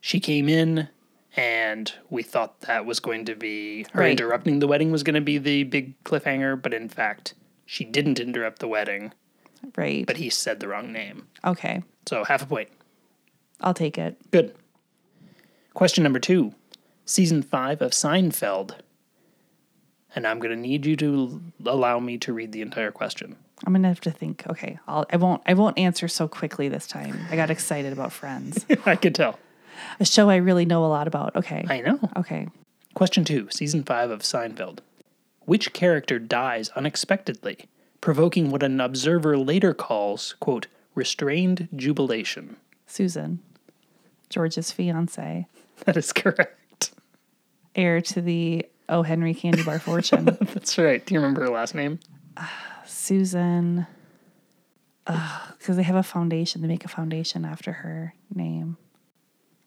She came in, and we thought that was going to be her Right. interrupting the wedding was going to be the big cliffhanger, but in fact, she didn't interrupt the wedding, Right. but he said the wrong name. Okay, So half a point. I'll take it. Good. Question number two Season five of Seinfeld. And I'm going to need you to l- allow me to read the entire question. I'm gonna have to think. Okay, I'll, I won't. I won't answer so quickly this time. I got excited about Friends, I could tell. a show I really know a lot about. Okay, I know. okay. Question two, season five of Seinfeld. Which character dies unexpectedly, provoking what an observer later calls, quote, restrained jubilation? Susan, George's fiance, That is correct. heir to the O. Henry candy bar fortune. That's right. Do you remember her last name? Susan, because they have a foundation. They make a foundation after her name.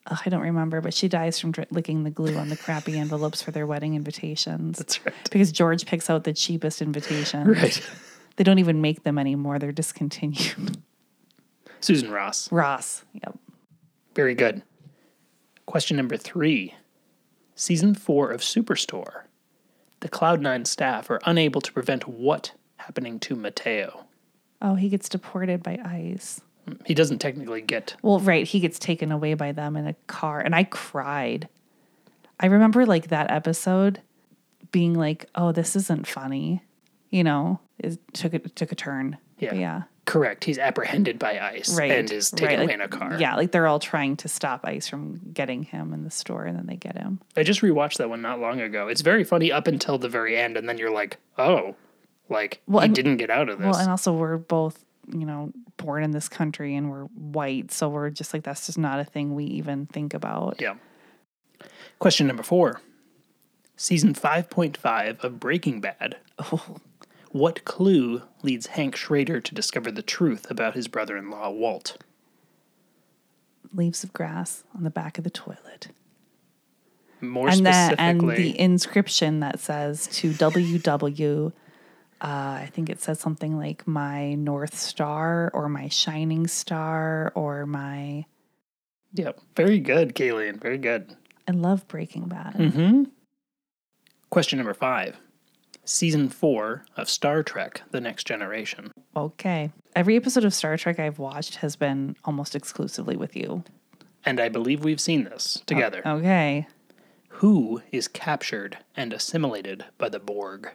Ugh, I don't remember, but she dies from dr- licking the glue on the crappy envelopes for their wedding invitations. That's right. because George picks out the cheapest invitations. Right. They don't even make them anymore. They're discontinued. Susan Ross. Ross. Yep. Very good. Question number three Season four of Superstore. The Cloud9 staff are unable to prevent what happening to Mateo? Oh, he gets deported by ICE. He doesn't technically get Well, right. He gets taken away by them in a car. And I cried. I remember like that episode being like, oh, this isn't funny. You know, it took a, it took a turn. Yeah. But yeah. correct. He's apprehended by ICE Right. and is taken right, away like- in a car. Yeah. Like they're all trying to stop ICE from getting him in the store and then they get him. I just rewatched that one not long ago. It's very funny up until the very end, and then you're like, oh, like Well, he and- didn't get out of this. Well, and also we're both, you know, born in this country and we're white, so we're just like that's just not a thing we even think about. yeah. Question number four, season five point five of Breaking Bad. What clue leads Hank Schrader to discover the truth about his brother-in-law Walt? Leaves of grass on the back of the toilet. More and the and specifically, the inscription that says to WW uh, I think it says something like my north star or my shining star or my yeah, very good, Kayleen, very good. I love Breaking Bad. hmm Question number five, season four of Star Trek: The Next Generation. Okay. Every episode of Star Trek I've watched has been almost exclusively with you. and I believe we've seen this together. Oh, Okay. Who is captured and assimilated by the Borg?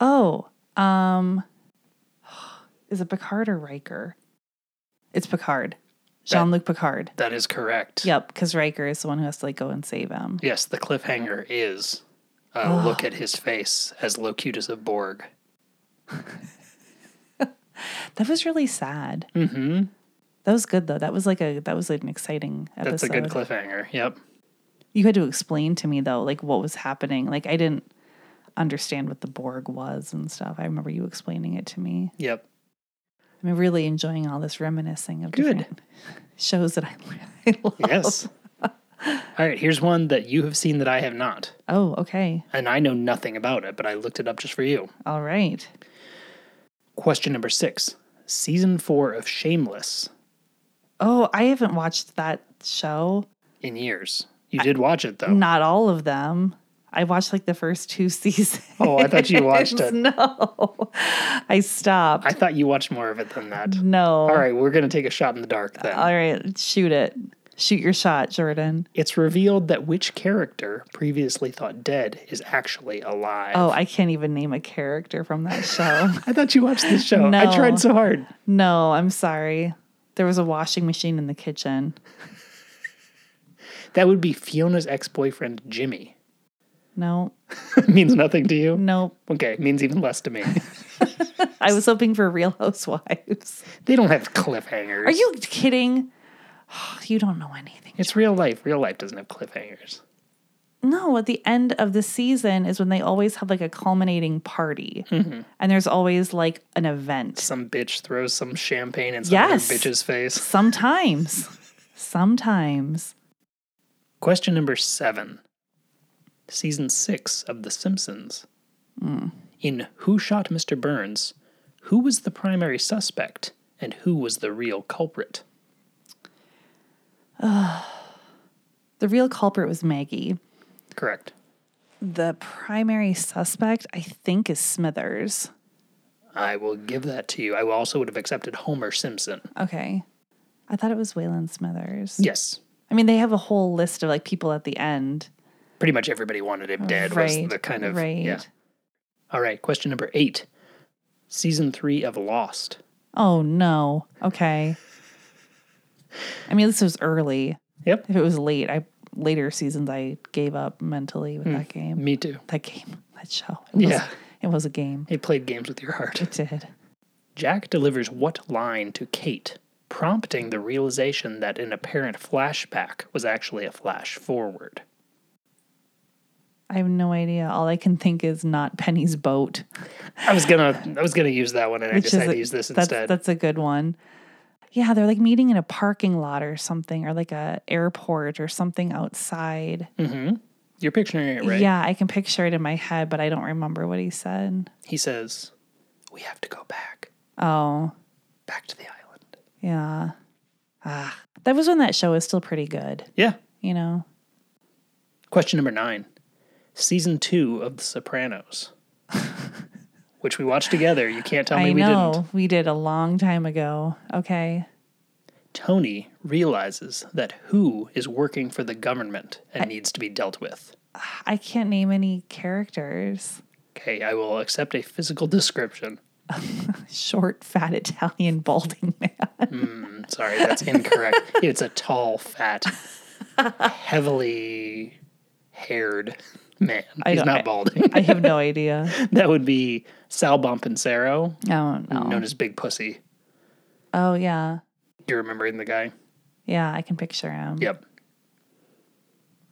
Oh, um, is it Picard or Riker? It's Picard, Jean Luc Picard. That is correct. Yep, because Riker is the one who has to like go and save him. Yes, the cliffhanger is uh, look at his face as Locutus of Borg. that was really sad. Mm-hmm. That was good though. That was like a that was like an exciting episode. That's a good cliffhanger. Yep. You had to explain to me though, like what was happening. Like I didn't understand what the Borg was and stuff. I remember you explaining it to me. Yep. I'm really enjoying all this reminiscing of Good. different shows that I, I love. Yes. All right, here's one that you have seen that I have not. Oh, okay. And I know nothing about it, but I looked it up just for you. All right. Question number six Season four of Shameless Oh, I haven't watched that show. in years. You did watch it, though. Not all of them. I watched like the first two seasons. Oh, I thought you watched it. No, I stopped. I thought you watched more of it than that. no. All right, we're going to take a shot in the dark then. All right. Shoot it. Shoot your shot, Jordan. it's revealed that which character previously thought dead is actually alive. Oh, I can't even name a character from that show. I thought you watched this show. I No. tried so hard. no, I'm sorry. There was a washing machine in the kitchen. That would be Fiona's ex boyfriend, Jimmy. No, means nothing to you? nope. Okay, means even less to me. I was hoping for Real Housewives. they don't have cliffhangers. Are you kidding? you don't know anything. It's real life. Real life doesn't have cliffhangers. No, at the end of the season is when they always have like a culminating party, and there's always like an event. Mm-hmm. Some bitch throws some champagne in some other Yes. bitch's face. Sometimes, sometimes. Question number seven. Season six of The Simpsons. In Who Shot Mr. Burns, who was the primary suspect and who was the real culprit? The real culprit was Maggie. Correct. The primary suspect, I think, is Smithers. I will give that to you. I also would have accepted Homer Simpson. Okay. I thought it was Wayland Smithers. Yes. I mean, they have a whole list of like people at the end. Pretty much everybody wanted him dead right. was the kind of right. yeah. All right, question number 8. Season 3 of Lost. Oh no. Okay. I mean, this was early. Yep. If it was late, I later seasons I gave up mentally with that game. Hmm. Me too. That game. That show. It was, Yeah. It was a game. He played games with your heart. It did. Jack delivers what line to Kate, prompting the realization that an apparent flashback was actually a flash forward? I have no idea. All I can think is not Penny's boat, I was gonna, I was gonna use that one, and I which is decided a- to use this that's, instead. That's a good one. Yeah, they're like meeting in a parking lot or something, or like a airport or something outside. You're picturing it Hmm, right. Yeah, I can picture it in my head, but I don't remember what he said. He says, "We have to go back, Oh, back to the island." yeah. Ah, that was when that show was still pretty good, Yeah. you know? Question number nine, season two of The Sopranos, which we watched together. You can't tell me I we know. didn't. We did a long time ago. Okay. Tony realizes that who is working for the government and needs to be dealt with. I can't name any characters. Okay, I will accept a physical description. Short, fat Italian balding man. Sorry, that's incorrect. it's a tall, fat, heavily haired man. I He's don't- not I- balding. I have no idea. that would be Sal Bompensero, I don't know. known as Big Pussy. Oh, yeah. You're remembering the guy? Yeah, I can picture him. Yep,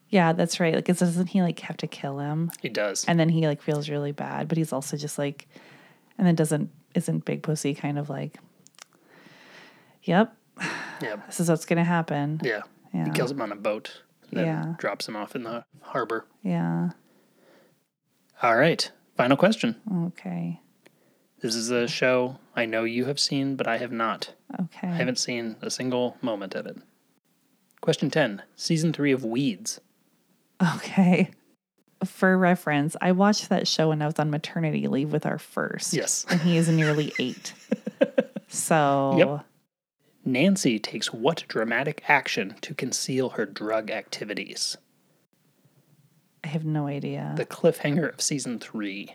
Yeah, that's right. Like, 'cause doesn't he like have to kill him? he does. and then he like feels really bad but he's also just like and then doesn't isn't big pussy kind of like yep Yep. this is what's gonna happen Yeah. He Yeah. kills him on a boat, then Yeah. drops him off in the harbor. yeah All right, final question. okay This is a show I know you have seen, but I have not. okay I haven't seen a single moment of it. Question 10, season 3 of Weeds. okay for reference i watched that show when i was on maternity leave with our first Yes. and he is nearly eight so Yep. Nancy takes what dramatic action to conceal her drug activities? i have no idea The cliffhanger of season three.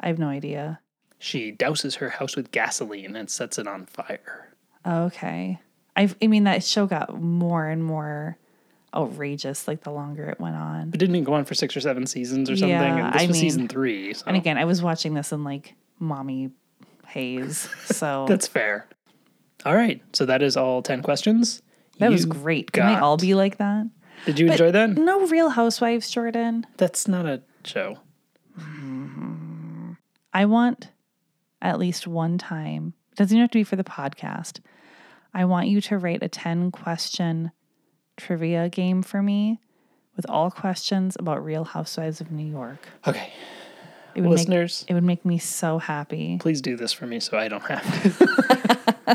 i have no idea She douses her house with gasoline and sets it on fire. Okay. I've, I mean, that show got more and more outrageous like the longer it went on. But didn't it go on for six or seven seasons or something? Yeah, and this I was mean- season three. So And again, I was watching this in like mommy haze. So that's fair. All right. So that is all 10 questions. that was You great. Can they got- all be like that? Did you enjoy that? No real housewives, Jordan. That's not a show. I want at least one time, it doesn't even have to be for the podcast. I want you to write a 10 question trivia game for me with all questions about Real Housewives of New York. Okay. It would make- Listeners. it would make me so happy. Please do this for me so I don't have to.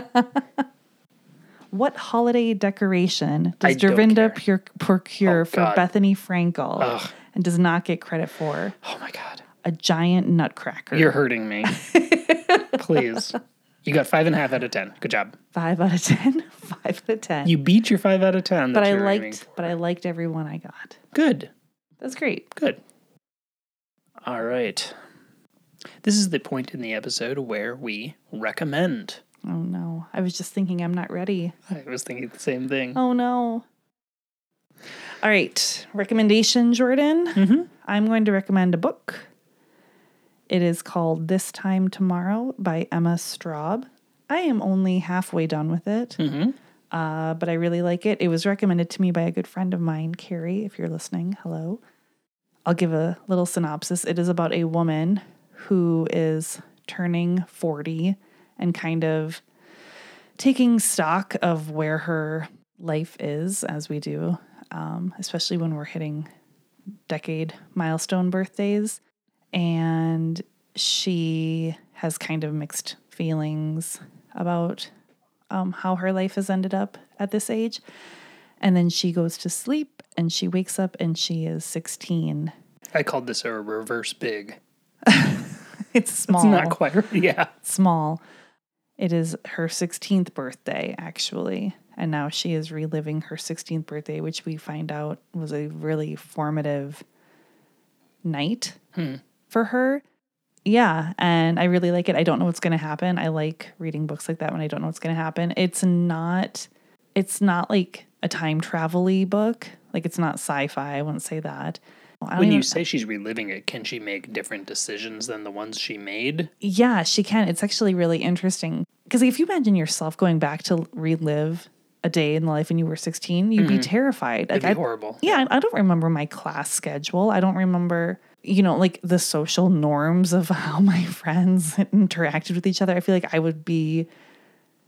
What holiday decoration I don't does care. Dorinda pure, procure Oh, for God. Bethany Frankel and does not get credit for? Oh my God. A giant nutcracker. You're hurting me. Please. You got five and a half out of 10. Good job. five out of 10. Five out of 10. You beat your five out of 10. but that I you were aiming liked, for. but I liked everyone I got. Good. That's great. Good. All right. This is the point in the episode where we recommend. Oh no. I was just thinking I'm not ready. I was thinking the same thing. Oh no. All right. Recommendation, Jordan. I'm going to recommend a book. It is called This Time Tomorrow by Emma Straub. I am only halfway done with it, uh, but I really like it. It was recommended to me by a good friend of mine, Carrie, if you're listening. Hello. I'll give a little synopsis. It is about a woman who is turning 40 and kind of taking stock of where her life is as we do, um, especially when we're hitting decade milestone birthdays. And she has kind of mixed feelings about um, how her life has ended up at this age. And then she goes to sleep and she wakes up and she is 16. I called this a reverse big. It's small. It's not quite. Yeah. small. It is her 16th birthday, actually. And now she is reliving her 16th birthday, which we find out was a really formative night Hmm. for her. Yeah. And I really like it. I don't know what's going to happen. I like reading books like that when I don't know what's going to happen. It's not, it's not like a time travel book. Like it's not sci fi. I wouldn't say that. I don't When you even- say she's reliving it, can she make different decisions than the ones she made? Yeah, she can. It's actually really interesting. Because if you imagine yourself going back to relive a day in the life when you were 16, you'd be terrified. Like, Mm-hmm. It'd be I, horrible. Yeah, I I don't remember my class schedule. I don't remember, you know, like the social norms of how my friends interacted with each other. I feel like I would be,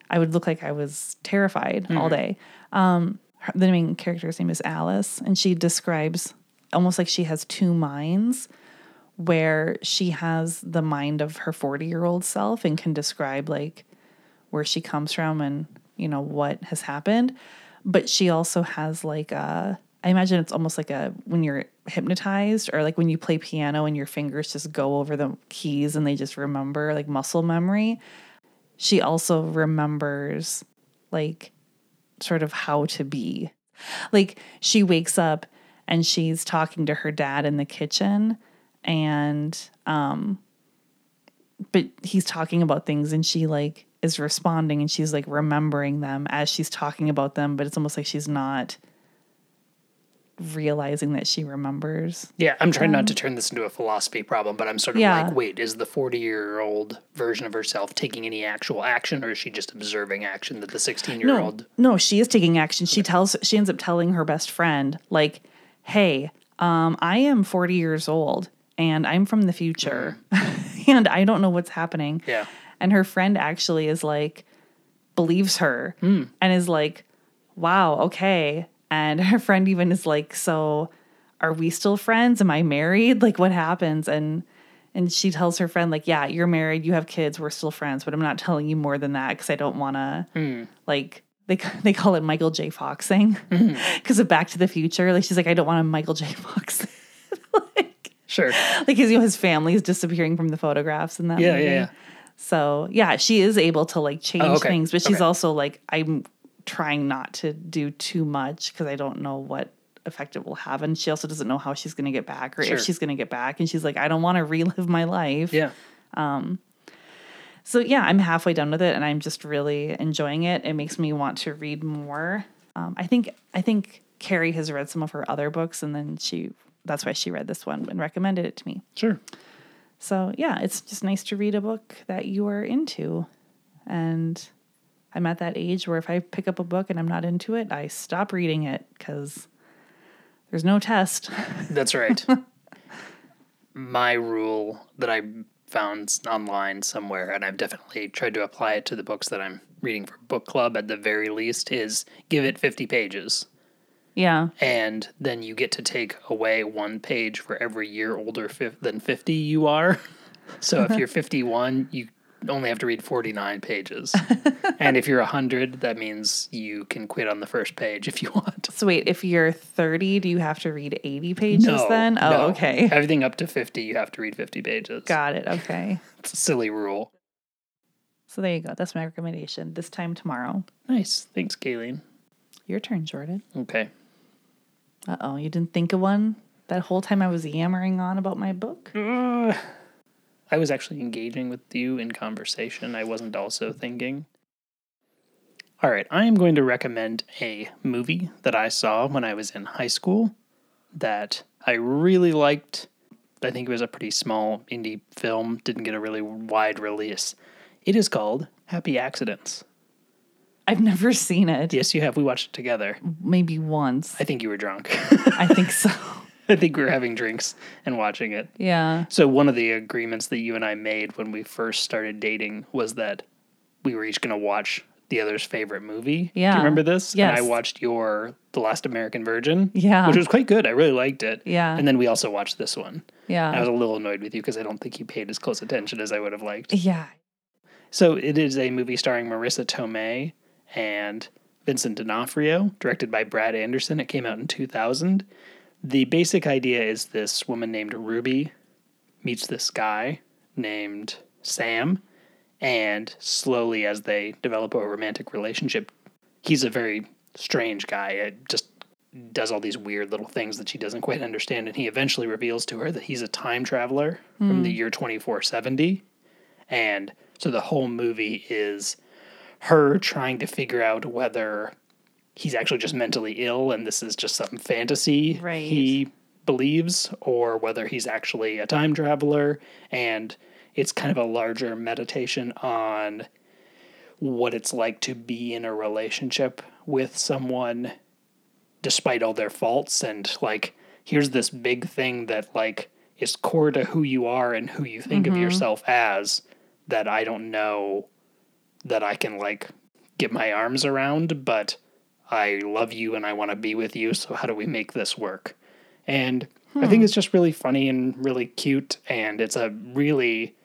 I would look like I was terrified Mm-hmm. all day. Um, her, the main character's name is Alice, and she describes almost like she has two minds where she has the mind of her 40 year old self and can describe like where she comes from and you know what has happened but she also has like a i imagine it's almost like a when you're hypnotized or like when you play piano and your fingers just go over the keys and they just remember like muscle memory she also remembers like sort of how to be like she wakes up and she's talking to her dad in the kitchen and um, but he's talking about things and she like is responding and she's like remembering them as she's talking about them but it's almost like she's not realizing that she remembers Yeah, I'm trying not to turn this into a philosophy problem, but I'm sort of Yeah. like, wait, is the 40 year old version of herself taking any actual action, or is she just observing action that the 16 year old? no she is taking action she tells she ends up telling her best friend like hey um i am 40 years old and i'm from the future and i don't know what's happening Yeah. and her friend actually is like believes her and is like wow okay and her friend even is like so are we still friends am i married like what happens and and she tells her friend like yeah you're married you have kids we're still friends but i'm not telling you more than that because i don't want to like they, ca- they call it michael j fox thing because of back to the future like she's like i don't want a michael j fox like Sure. like his, you know, his family is disappearing from the photographs and that Yeah, movie. yeah, yeah. So yeah, she is able to like change Oh, okay. things, but she's Okay. also like, I'm trying not to do too much because I don't know what effect it will have. And she also doesn't know how she's going to get back or Sure. if she's going to get back. And she's like, I don't want to relive my life. Yeah. So yeah, I'm halfway done with it, and I'm just really enjoying it. It makes me want to read more. Um, I think I think Carrie has read some of her other books, and then she that's why she read this one and recommended it to me. Sure. So yeah, it's just nice to read a book that you are into. And I'm at that age where if I pick up a book and I'm not into it, I stop reading it because there's no test. That's right. My rule that I found online somewhere, and I've definitely tried to apply it to the books that I'm reading for book club at the very least, is give it 50 pages. yeah. And then you get to take away one page for every year older fif- than 50 you are. So if you're 51, you only have to read 49 pages. and if you're 100, that means you can quit on the first page if you want. So wait, if you're 30, do you have to read 80 pages then? Oh, no. okay. Everything up to 50, you have to read 50 pages. Got it. Okay. It's a silly rule. So there you go. That's my recommendation. This time tomorrow. Nice. Thanks, Kayleen. Your turn, Jordan. Okay. Uh oh, you didn't think of one that whole time I was yammering on about my book? Uh, I was actually engaging with you in conversation. I wasn't also thinking. All right, I am going to recommend a movie that I saw when I was in high school that I really liked. I think it was a pretty small indie film, didn't get a really wide release. It is called Happy Accidents. I've never seen it. Yes, you have. We watched it together. Maybe once. I think you were drunk. I think so. I think we were having drinks and watching it. Yeah. So one of the agreements that you and I made when we first started dating was that we were each going to watch the other's favorite movie. Do Yeah. you remember this? And I Yes. watched your The Last American Virgin. Yeah. Which was quite good. I really liked it. Yeah. And then we also watched this one. Yeah. And I was a little annoyed with you because I don't think you paid as close attention as I would have liked. yeah. So it is a movie starring Marissa Tomei and Vincent D'Onofrio, directed by Brad Anderson. It came out in 2000. The basic idea is this woman named Ruby meets this guy named Sam, and slowly as they develop a romantic relationship, he's a very strange guy. It just does all these weird little things that she doesn't quite understand, and he eventually reveals to her that he's a time traveler from the year 2470. And so the whole movie is her trying to figure out whether he's actually just mentally ill and this is just some fantasy Right. he believes or whether he's actually a time traveler. And it's kind of a larger meditation on what it's like to be in a relationship with someone despite all their faults and like here's this big thing that like is core to who you are and who you think of yourself as that I don't know that I can like get my arms around but I love you and I want to be with you so how do we make this work and I think it's just really funny and really cute and it's a really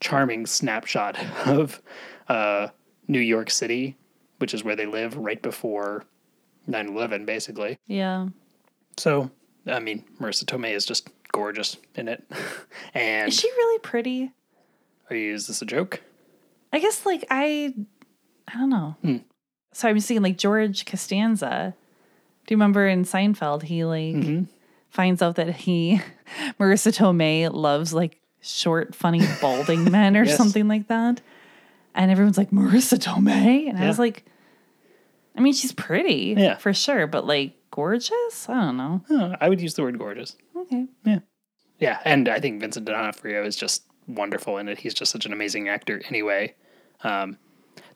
charming snapshot of uh, New York City which is where they live right before 9/11 basically Yeah. so, I mean, Marissa Tomei is just gorgeous in it. and Is she really pretty? are you, is this a joke? I guess like I I don't know. Hmm. So I'm just thinking like George Costanza. Do you remember in Seinfeld he like Mm-hmm. finds out that he Marissa Tomei loves like short, funny, balding men or Yes. something like that. And everyone's like, Marissa Tomei? And I Yeah. was like, I mean, she's pretty, Yeah. for sure, but like gorgeous? I don't know. No, I would use the word gorgeous. Okay. Yeah, and I think Vincent D'Onofrio is just wonderful in it. He's just such an amazing actor anyway. Um,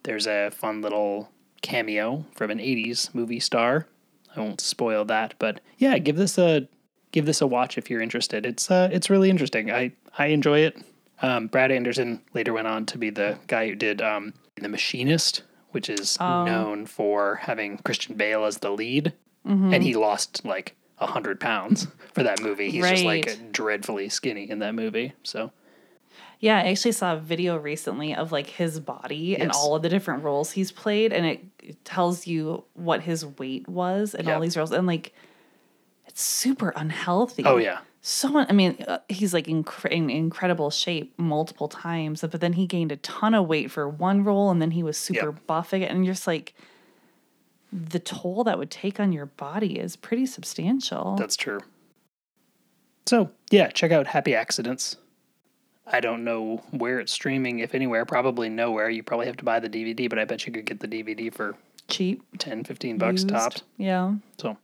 there's a fun little cameo from an 80s movie star. I won't spoil that, but yeah, give this a give this a watch if you're interested. It's uh it's really interesting. I I enjoy it. Um, Brad Anderson later went on to be the guy who did um, The Machinist, which is known for having Christian Bale as the lead, and he lost like a hundred pounds for that movie. He's just Right. like dreadfully skinny in that movie. So Yeah, I actually saw a video recently of like his body and Yes. all of the different roles he's played, and it, it tells you what his weight was and all Yep. these roles, and like it's super unhealthy. oh yeah, so un- I mean, uh, he's like inc- in incredible shape multiple times, but then he gained a ton of weight for one role, and then he was super Yep. buff again, and you're just like, the toll that would take on your body is pretty substantial. That's true. So, yeah, check out Happy Accidents. I don't know where it's streaming, if anywhere, probably nowhere. You probably have to buy the DVD, but I bet you could get the DVD for cheap, 10, 15 bucks used. topped. Yeah. So,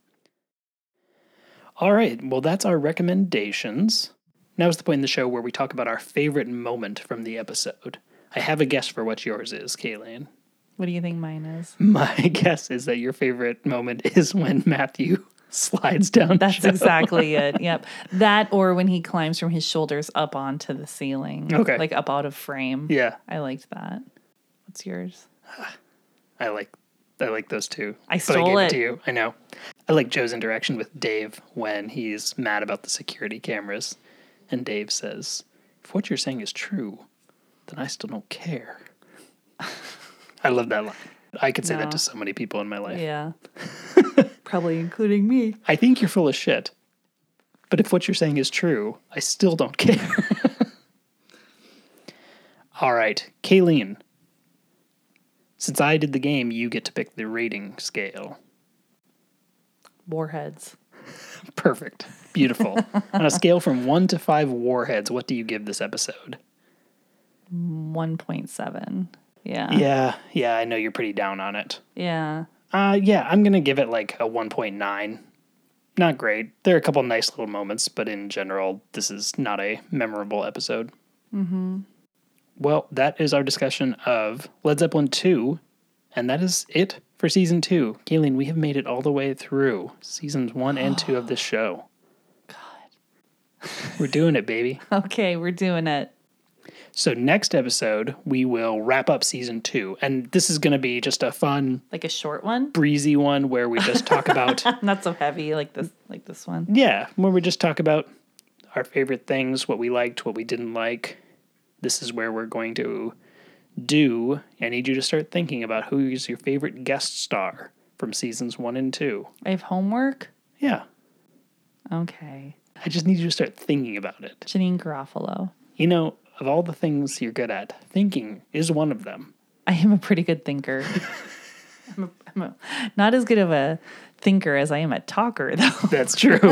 All right, well, that's our recommendations. Now is the point in the show where we talk about our favorite moment from the episode. I have a guess for what yours is, Kaylin. What do you think mine is? My guess is that your favorite moment is when Matthew slides down. the That's show. exactly it. Yep. That or when he climbs from his shoulders up onto the ceiling. Okay. Like up out of frame. Yeah, I liked that. What's yours? I like I like those two. I but stole I gave it. to you. I know. I like Joe's interaction with Dave when he's mad about the security cameras, and Dave says, "If what you're saying is true, then I still don't care." I love that line. I could say No. that to so many people in my life. Yeah. Probably including me. I think you're full of shit, but if what you're saying is true, I still don't care. All right, Kayleen. Since I did the game, you get to pick the rating scale. Warheads. Perfect. Beautiful. On a scale from one to five warheads, what do you give this episode? 1.7. Yeah. Yeah, yeah, I know you're pretty down on it. Yeah. Uh, yeah, I'm going to give it like a 1.9. Not great. There are a couple nice little moments, but in general, this is not a memorable episode. Mm-hmm. Well, that is our discussion of Led Zeppelin 2, and that is it for season 2. Kaylin, we have made it all the way through seasons 1 and 2 of this show. God. We're doing it, baby. Okay, we're doing it. So next episode, we will wrap up season two, and this is going to be just a fun, Like a short one. breezy one where we just talk about Not so heavy like this like this one. yeah, where we just talk about our favorite things, what we liked, what we didn't like. This is where we're going to do. I need you to start thinking about who is your favorite guest star from seasons one and two. I have homework. Yeah, Okay. I just need you to start thinking about it. Janine Garofalo. You know, of all the things you're good at, thinking is one of them. I am a pretty good thinker. I'm, a, I'm a, not as good of a thinker as I am a talker, though. That's true.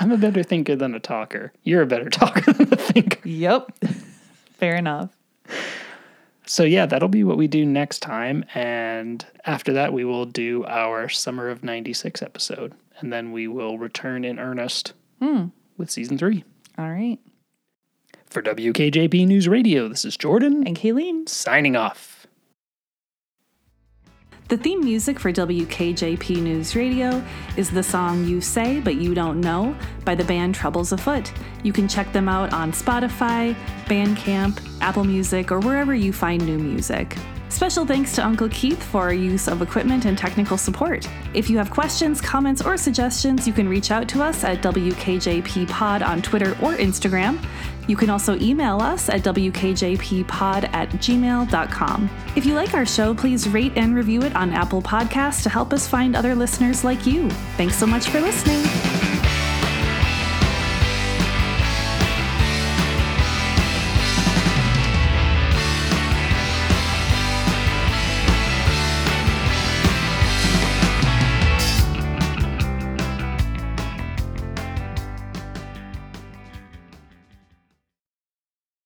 I'm a better thinker than a talker. You're a better talker than a thinker. yep. Fair enough. So, yeah, that'll be what we do next time. And after that, we will do our Summer of 96 episode. And then we will return in earnest with season three. All right. For WKJP News Radio, this is Jordan And Kayleen. signing off. The theme music for WKJP News Radio is the song You Say But You Don't Know by the band Troubles Afoot. You can check them out on Spotify, Bandcamp, Apple Music, or wherever you find new music. Special thanks to Uncle Keith for our use of equipment and technical support. If you have questions, comments, or suggestions, you can reach out to us at WKJPPod on Twitter or Instagram. You can also email us at WKJPPod at gmail.com. If you like our show, please rate and review it on Apple Podcasts to help us find other listeners like you. Thanks so much for listening.